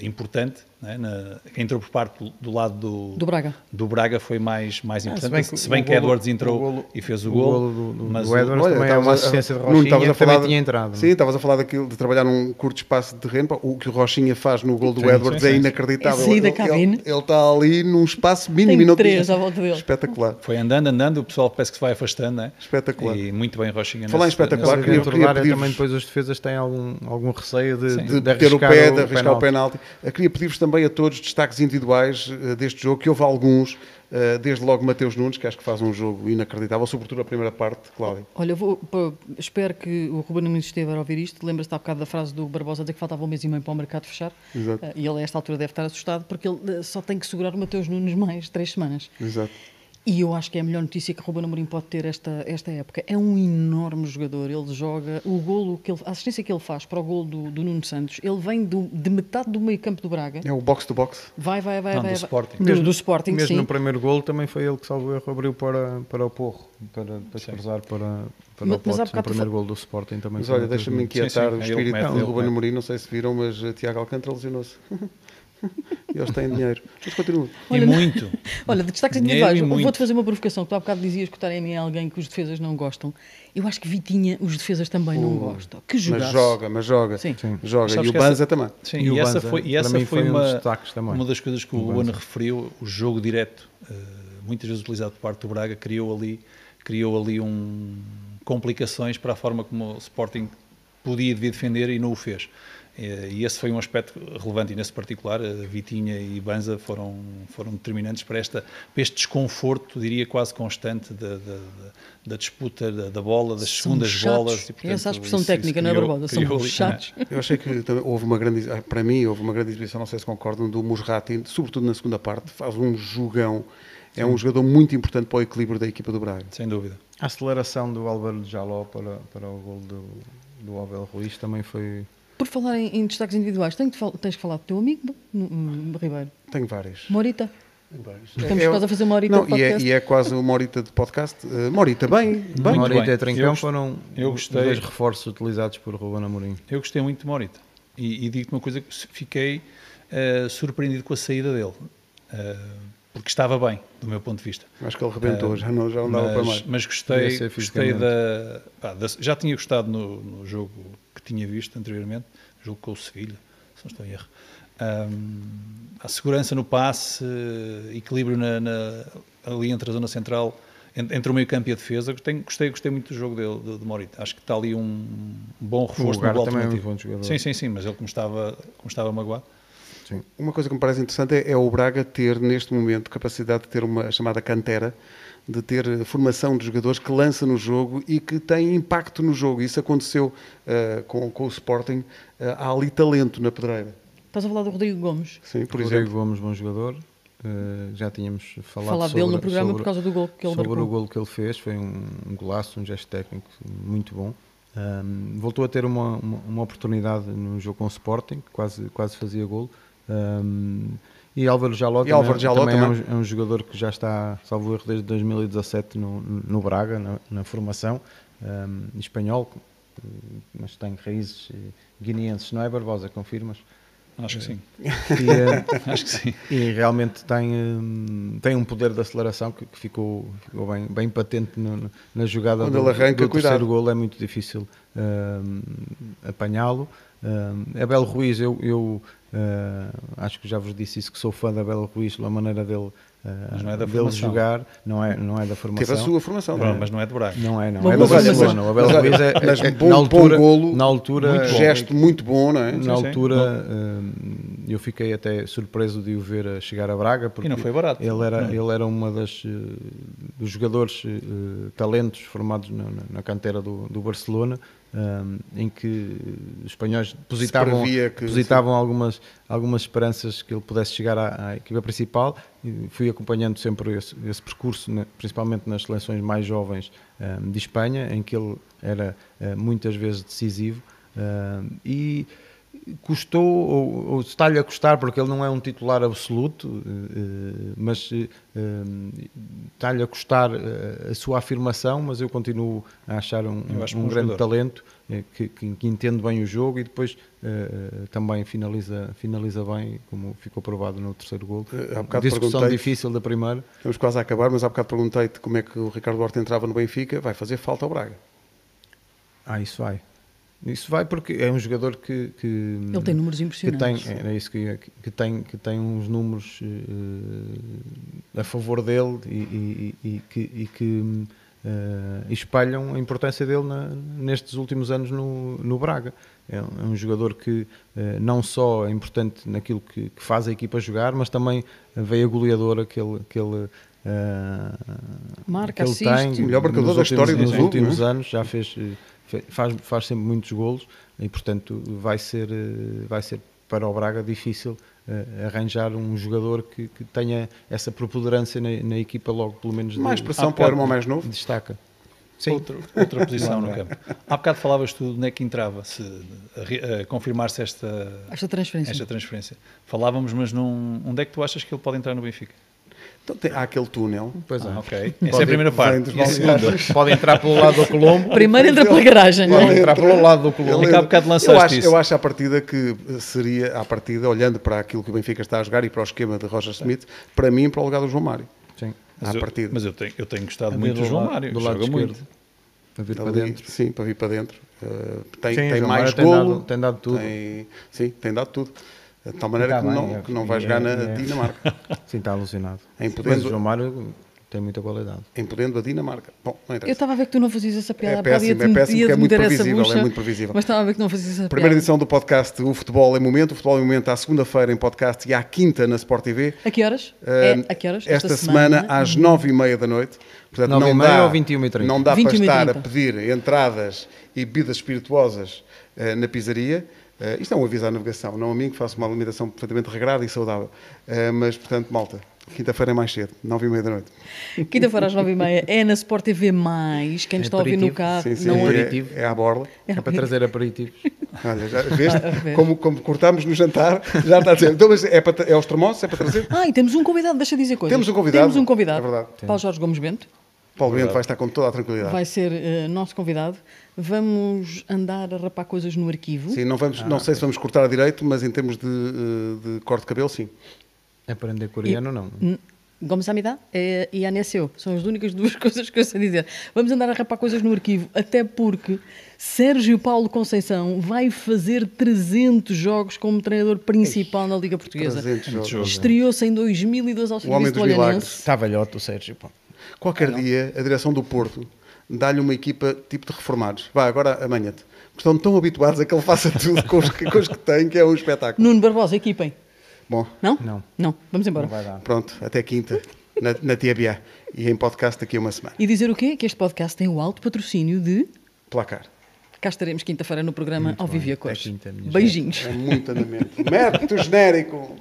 S4: importante, né, na- quem entrou por parte do, do lado do,
S2: Do Braga.
S4: do Braga foi mais, mais
S3: Ah,
S4: importante.
S3: se
S4: se
S3: bem
S4: bem
S3: que
S4: que,
S3: o golo-
S4: Edwards entrou
S3: o golo-
S4: e fez o,
S3: o
S4: gol,
S3: golo do- do-
S4: mas
S3: do
S4: o-
S3: Edwards- Olha, também é uma
S1: estavas a-
S3: assistência de
S1: Nuno,
S3: Rochinha
S1: estavas a
S3: que também
S1: falar de-
S3: tinha entrado. é?
S1: Sim, estavas a falar daquilo de trabalhar num curto espaço de terreno. pá, O que o Rochinha faz no gol do
S3: Sim,
S1: Edwards
S4: sim,
S1: é
S4: sim.
S1: inacreditável.
S2: É sair da
S1: Ele-
S2: cabine.
S1: Ele ele está ali num espaço mínimo.
S2: Tem
S1: e não-
S2: três à volta dele.
S1: Espetacular.
S4: foi andando, andando, o pessoal parece que se vai afastando, né?
S1: Espetacular.
S4: E muito bem Rochinha.
S1: Falar em
S4: nesse-
S1: espetacular,
S4: nesse-
S1: queria-
S3: dentro da área
S1: pedir-vos-
S3: é também depois os defesas têm algum, algum receio de,
S4: Sim.
S1: de, ter o
S3: arriscar
S1: pé, de arriscar o
S3: penalti.
S1: penalti. Eu queria pedir-vos também a todos destaques individuais eh, deste jogo, que houve alguns, eh, desde logo Mateus Nunes, que acho que faz um jogo inacreditável, sobretudo a primeira parte, Cláudio.
S2: Olha, eu vou, pô, espero que o Ruben Nunes Esteves a ouvir isto. Lembra-se há bocado da frase do Barbosa a dizer que faltava um mês e meio para o mercado fechar.
S1: Exato.
S2: Eh, E ele, a esta altura, deve estar assustado porque ele eh, só tem que segurar o Mateus Nunes mais três semanas.
S1: Exato.
S2: E eu acho que é a melhor notícia que o Ruben Amorim pode ter esta, esta época. É um enorme jogador. Ele joga o golo que ele, a assistência que ele faz para o golo do, do Nuno Santos. Ele vem do- de metade do meio campo do Braga.
S1: É o box-to-box.
S2: Vai, vai, vai,
S4: Não,
S2: vai.
S4: do
S2: vai.
S4: Sporting.
S2: Do, do Sporting,
S3: mesmo
S2: sim.
S3: no primeiro gol também foi ele que salvou erro, abriu para, para o Porro, para, para cruzar para, para
S2: Mas-
S3: o
S2: mas há
S3: Pote. O
S2: bocado
S3: primeiro
S2: tu fa-
S3: gol do Sporting também
S1: Mas
S3: foi
S1: olha,
S3: outro
S1: deixa-me
S3: jogo.
S1: inquietar
S4: sim,
S1: o
S4: é ele
S1: espírito
S4: que mete,
S1: do
S4: ele
S1: Ruben
S4: mete.
S1: Amorim, não sei se viram, mas eh, Tiago Alcântara lesionou-se. <laughs> e eles têm dinheiro. Mas continua.
S4: E muito.
S2: <laughs> Olha, de destaques
S4: Dinheiro
S2: individuais,
S4: e muito.
S2: vou-te fazer uma provocação. Tu há bocado dizias que o Taremi é alguém que os defesas não gostam. Eu acho que Vitinha, os defesas também não gostam. Que
S1: Mas
S2: jogaço.
S1: joga, mas joga.
S2: Sim. Sim.
S1: Joga.
S4: Mas
S1: E
S4: sabes
S1: o
S4: que essa-
S1: Banza também.
S4: Sim,
S3: E
S4: e,
S3: o
S4: essa
S3: Banza,
S4: foi, e
S3: para
S4: essa
S3: mim,
S4: foi,
S3: foi um
S4: uma,
S3: dos destaques também.
S4: uma das coisas que o Ana referiu, o jogo direto, eh, muitas vezes utilizado por parte do Braga, criou ali, criou ali um, complicações para a forma como o Sporting podia e devia defender e não o fez. E esse foi um aspecto relevante e nesse particular eh, Vitinha e Banza foram, foram determinantes para, esta, para este desconforto, diria quase constante, da, da, da disputa da, da, bola, das
S2: São
S4: segundas
S2: chatos.
S4: bolas. E,
S2: Essa é a expressão técnica, não é,
S4: criou-
S2: Barbosa? São
S4: criou- né?
S2: chatos.
S1: Eu achei que também houve uma grande, ah, para mim, houve uma grande exibição, não sei se concordam, do Musrati, sobretudo na segunda parte, faz um jogão. É um jogador muito importante para o equilíbrio da equipa do Braga.
S4: Sem dúvida.
S3: A aceleração do Álvaro Jaló para, para o gol do, do Abel Ruiz também foi.
S2: Por falar em, em destaques individuais, tenho que fal- tens que falar do teu amigo no- no- Ribeiro.
S1: Tenho várias.
S2: Morita.
S1: Tenho várias.
S2: Estamos
S1: É-
S2: quase a fazer uma horita
S1: não,
S2: de
S1: e é,
S2: podcast.
S1: e é quase uma horita de podcast. Eh, uma horita, bem, bem.
S3: Uma hora
S4: bem.
S3: e dez em
S4: Eu
S3: campo
S4: gost-
S3: foram
S4: eu
S3: os
S4: gostei.
S3: dois reforços utilizados por Ruben Amorim.
S4: Eu gostei muito de Morita. E, e digo-te uma coisa que fiquei eh, surpreendido com a saída dele. Eh, porque estava bem, do meu ponto de vista.
S1: Acho que ele rebentou, já não, já não dava para
S4: Hum. Eh, É. mas,
S1: mais.
S4: mas
S3: Devia
S4: gostei,
S3: ser
S4: gostei
S3: fisicamente.
S4: da, pá, da- Já tinha gostado no, no jogo que tinha visto anteriormente, jogo com o Sevilha, se não estou em erro. Ahm, a segurança no passe, eh, equilíbrio na- na- ali entre a zona central, en- entre, o meio campo e a defesa. Gostei, gostei, gostei muito do jogo dele, de, de Morita. Acho que está ali um bom reforço
S3: Lugar
S4: no gol
S3: também é um
S4: alternativo.
S3: bom jogador.
S4: Sim, sim, sim, mas ele como estava, como estava magoado.
S1: Uma coisa que me parece interessante é, é o Braga ter, neste momento, capacidade de ter uma chamada cantera, de ter eh, formação de jogadores que lança no jogo e que tem impacto no jogo. Isso aconteceu eh, com, com o Sporting. Eh, há ali talento na pedreira.
S2: Estás a falar do Rodrigo Gomes.
S1: Sim, por
S3: Rodrigo
S1: exemplo.
S3: Gomes, bom jogador. eh, já tínhamos falado
S2: Falar
S3: sobre,
S2: dele no programa
S3: sobre-
S2: por causa do gol que ele
S3: sobre
S2: marcou.
S3: o gol que ele fez. Foi um, um golaço, um gesto técnico muito bom. Ahm, voltou a ter uma, uma, uma oportunidade no jogo com o Sporting, que quase, quase fazia gol. Ahm, e Álvaro Jaló,
S1: E
S3: também,
S1: Álvaro Jaló
S3: também é,
S1: também.
S3: um, é um jogador que já está, salvo erro, desde 2017 no, no Braga, na, na formação ahm, espanhol, eh, mas tem raízes eh, guineenses, não é, Barbosa? Confirmas?
S4: Acho
S3: É.
S4: que sim.
S3: E, eh,
S4: <laughs> Acho que sim.
S3: e realmente tem, hum, tem um poder de aceleração que, que ficou, ficou bem, bem patente no- no- na jogada
S1: Quando
S3: do,
S1: ele arranca,
S3: do terceiro
S1: cuidado.
S3: gol, é muito difícil hum, apanhá-lo. Hum, Abel Ruiz, eu, eu, ah, acho que já vos disse isso, que sou fã da Abel Ruiz, pela maneira dele, ah,
S4: Mas não é da
S3: dele
S4: formação.
S3: jogar, não é, não é da formação.
S1: Teve a sua formação.
S4: Pronto, mas não é de Braga.
S3: Não é, não.
S2: Mas
S3: é da
S2: olha, mas-
S3: Barcelona. O Abel
S1: mas olha,
S3: Ruiz é,
S1: mas
S3: é- é-
S1: bom-
S3: na
S1: bom
S3: altura,
S1: golo,
S3: na altura
S1: Muito gesto, muito bom, não é?
S3: na
S4: Sim, sim.
S3: altura eh, eu fiquei até surpreso de o ver a chegar a Braga porque
S4: E não foi barato.
S3: ele era
S4: Não. é?
S3: ele era uma das eh, dos jogadores eh, talentos formados na, na- na cantera do, do Barcelona eh, em que os espanhóis depositavam
S1: previa que-
S3: depositavam algumas algumas esperanças que ele pudesse chegar à, à equipa principal e fui acompanhando sempre esse, esse percurso na- principalmente nas seleções mais jovens eh, de Espanha em que ele era eh, muitas vezes decisivo eh, e custou, ou, ou está-lhe a custar, porque ele não é um titular absoluto, eh, eh, mas eh, eh, está-lhe a custar eh, a sua afirmação, mas eu continuo a achar um,
S4: Eu acho
S3: um
S4: bom
S3: grande
S4: jogador.
S3: talento, eh, que, que- que entende bem o jogo e depois eh, eh, também finaliza, finaliza bem, como ficou provado no terceiro gol.
S1: Eh, há bocado
S3: Discussão
S1: perguntei-te-
S3: difícil da primeira.
S1: Estamos quase a acabar, mas há bocado perguntei-te como é que o Ricardo Horta entrava no Benfica. Vai fazer falta ao Braga.
S3: Ah, isso vai. Isso vai porque é um jogador que... que
S2: Ele tem números
S3: que tem,
S2: impressionantes.
S3: era isso que, eu ia- que tem que tem uns números eh, a favor dele e, e- e- e que, e que, hum, eh, espalham a importância dele na- nestes últimos anos no, no Braga é um, é um jogador que eh, não só é importante naquilo que, que faz a equipa jogar mas também a veia goleadora que ele, que ele eh,
S2: Marca,
S3: que ele
S2: assiste.
S3: tem
S1: O melhor marcador
S3: nos
S1: da história
S3: últimos-
S1: do
S3: nos
S1: jogo, não é?
S3: últimos anos, já fez, eh, fe- faz, faz sempre muitos golos e, portanto, vai ser, eh, vai ser para o Braga difícil eh, arranjar um jogador que, que tenha essa preponderância na, na equipa logo, pelo menos. de-
S1: Mais pressão
S4: há
S1: para o
S4: bocado-
S1: irmão mais novo.
S3: Destaca. Sim.
S4: Outra, outra posição no campo. Há bocado falavas tu de onde é que entrava, se a re- a confirmar-se esta,
S2: Esta transferência.
S4: esta transferência. Falávamos, mas não, onde é que tu achas que ele pode entrar no Benfica?
S1: Então, tem, há aquele túnel.
S3: Pois é.
S4: Ah, ok. Essa é
S3: Pode-
S4: a primeira
S1: vem
S4: parte.
S1: dos
S4: E a segunda?
S3: Pode entrar pelo lado do Colombo.
S2: Primeiro entra pela garagem, não
S3: Pode
S2: é?
S3: entrar pelo lado do
S1: Ele
S3: Colombo.
S4: É que há bocado lançaste
S1: eu acho,
S4: isso.
S1: Eu acho à partida que seria, à partida, olhando para aquilo que o Benfica está a jogar e para o esquema de Roger Smith, para mim, para o lugar do João Mário.
S3: Sim.
S1: À
S4: Mas eu-
S1: partida.
S4: Mas eu tenho, eu tenho gostado
S3: A
S4: muito
S3: vir
S4: do João
S3: lado-
S4: Mário.
S3: Do
S4: joga
S3: lado esquerdo.
S4: muito.
S3: A vir para
S1: Ali,
S3: dentro.
S1: Sim, para vir para dentro. Uh, tem
S3: Sim, o
S1: tem
S3: João
S1: mais
S3: Mário tem
S1: golo.
S3: dado- tem dado tudo.
S1: tem- sim, tem dado tudo. De tal maneira
S3: Tá
S1: que,
S3: bem,
S1: não,
S3: é-
S1: que não vai
S3: é-
S1: jogar na
S3: é-
S1: Dinamarca.
S3: Sim, está alucinado.
S1: É
S3: Mas
S1: importante-
S3: o João Mário tem muita qualidade.
S1: Impedendo a Dinamarca. Bom, não
S2: Eu
S1: interessa.
S2: estava a ver que tu não fazias essa piada. há bocado,
S1: péssimo,
S2: ia-te-
S1: é péssimo,
S2: ia-te
S1: porque é muito
S2: meter essa
S1: previsível, é
S2: bucha,
S1: muito previsível.
S2: Mas estava a ver que não fazias essa
S1: Primeira
S2: piada.
S1: edição do podcast O Futebol em Momento. O Futebol em Momento à segunda-feira em podcast e à quinta na Sport TV.
S2: A que horas?
S1: Eh,
S2: é, a que horas?
S1: Esta, semana,
S2: é? <laughs>
S1: às nove e meia da noite. Portanto,
S3: Nove e
S1: não
S3: meia
S1: dá,
S3: ou vinte e uma e trinta?
S1: Não dá para
S2: 21 e
S1: estar a
S2: 30.
S1: pedir entradas e bebidas espirituosas eh, na pizzaria. Eh, isto é um aviso à navegação, não a mim, que faço uma alimentação perfeitamente regrada e saudável. Eh, mas, portanto, malta, quinta-feira é mais cedo, nove e meia da noite.
S2: Quinta-feira às nove e meia é na Sport TV+. Quem nos está a ouvir no
S3: aperitivo.
S2: carro
S1: É Sim, sim,
S2: não é...
S3: aperitivo.
S1: é, é à borla.
S3: É para trazer aperitivos.
S1: Olha, já viste?
S2: Ah, vê.
S1: como, como cortámos no jantar, já está a dizer. Então, mas é, para, tra- é aos termossos? É para trazer?
S2: Ah, e temos um convidado, deixa eu dizer coisas.
S1: Temos um convidado,
S2: Temos um convidado.
S1: é verdade.
S2: Paulo Jorge Gomes Bento.
S1: Paulo Bento vai estar com toda a tranquilidade.
S2: Vai ser eh, nosso convidado. Vamos andar a rapar coisas no arquivo.
S1: Sim, não, vamos, não sei se vamos cortar a direito, mas em termos de, eh, de corte de cabelo, sim.
S3: Aprender coreano, não.
S2: N- Gomes Amida eh, e Anesseu são as únicas duas <laughs> coisas que eu sei dizer. Vamos andar a rapar coisas no arquivo, até porque Sérgio Paulo Conceição vai fazer 300 jogos como treinador principal na Liga Portuguesa.
S1: 300 jogos.
S2: Estreou-se em 2012 ao
S1: Homem
S2: serviço do
S1: dos
S2: Olhanense.
S3: Está Tá velhote o Sérgio, pá.
S1: Qualquer dia, a direção do Porto dá-lhe uma equipa tipo de reformados. Vá, agora amanhã-te. Porque Estão tão habituados a que ele faça tudo com os que, com os que tem, que é um espetáculo.
S2: Nuno Barbosa, equipem.
S1: Bom,
S2: Não?
S3: Não.
S2: Vamos embora.
S3: Vai dar.
S1: pronto, até quinta, na, na TBA. E em podcast daqui a uma semana.
S2: e dizer o quê? Que este podcast tem o alto patrocínio de.
S1: Placar.
S2: Cá estaremos quinta-feira no programa Ao Vivo e a Cores.
S3: quinta, minha
S2: Beijinhos.
S1: É muito andamento. Mérito genérico.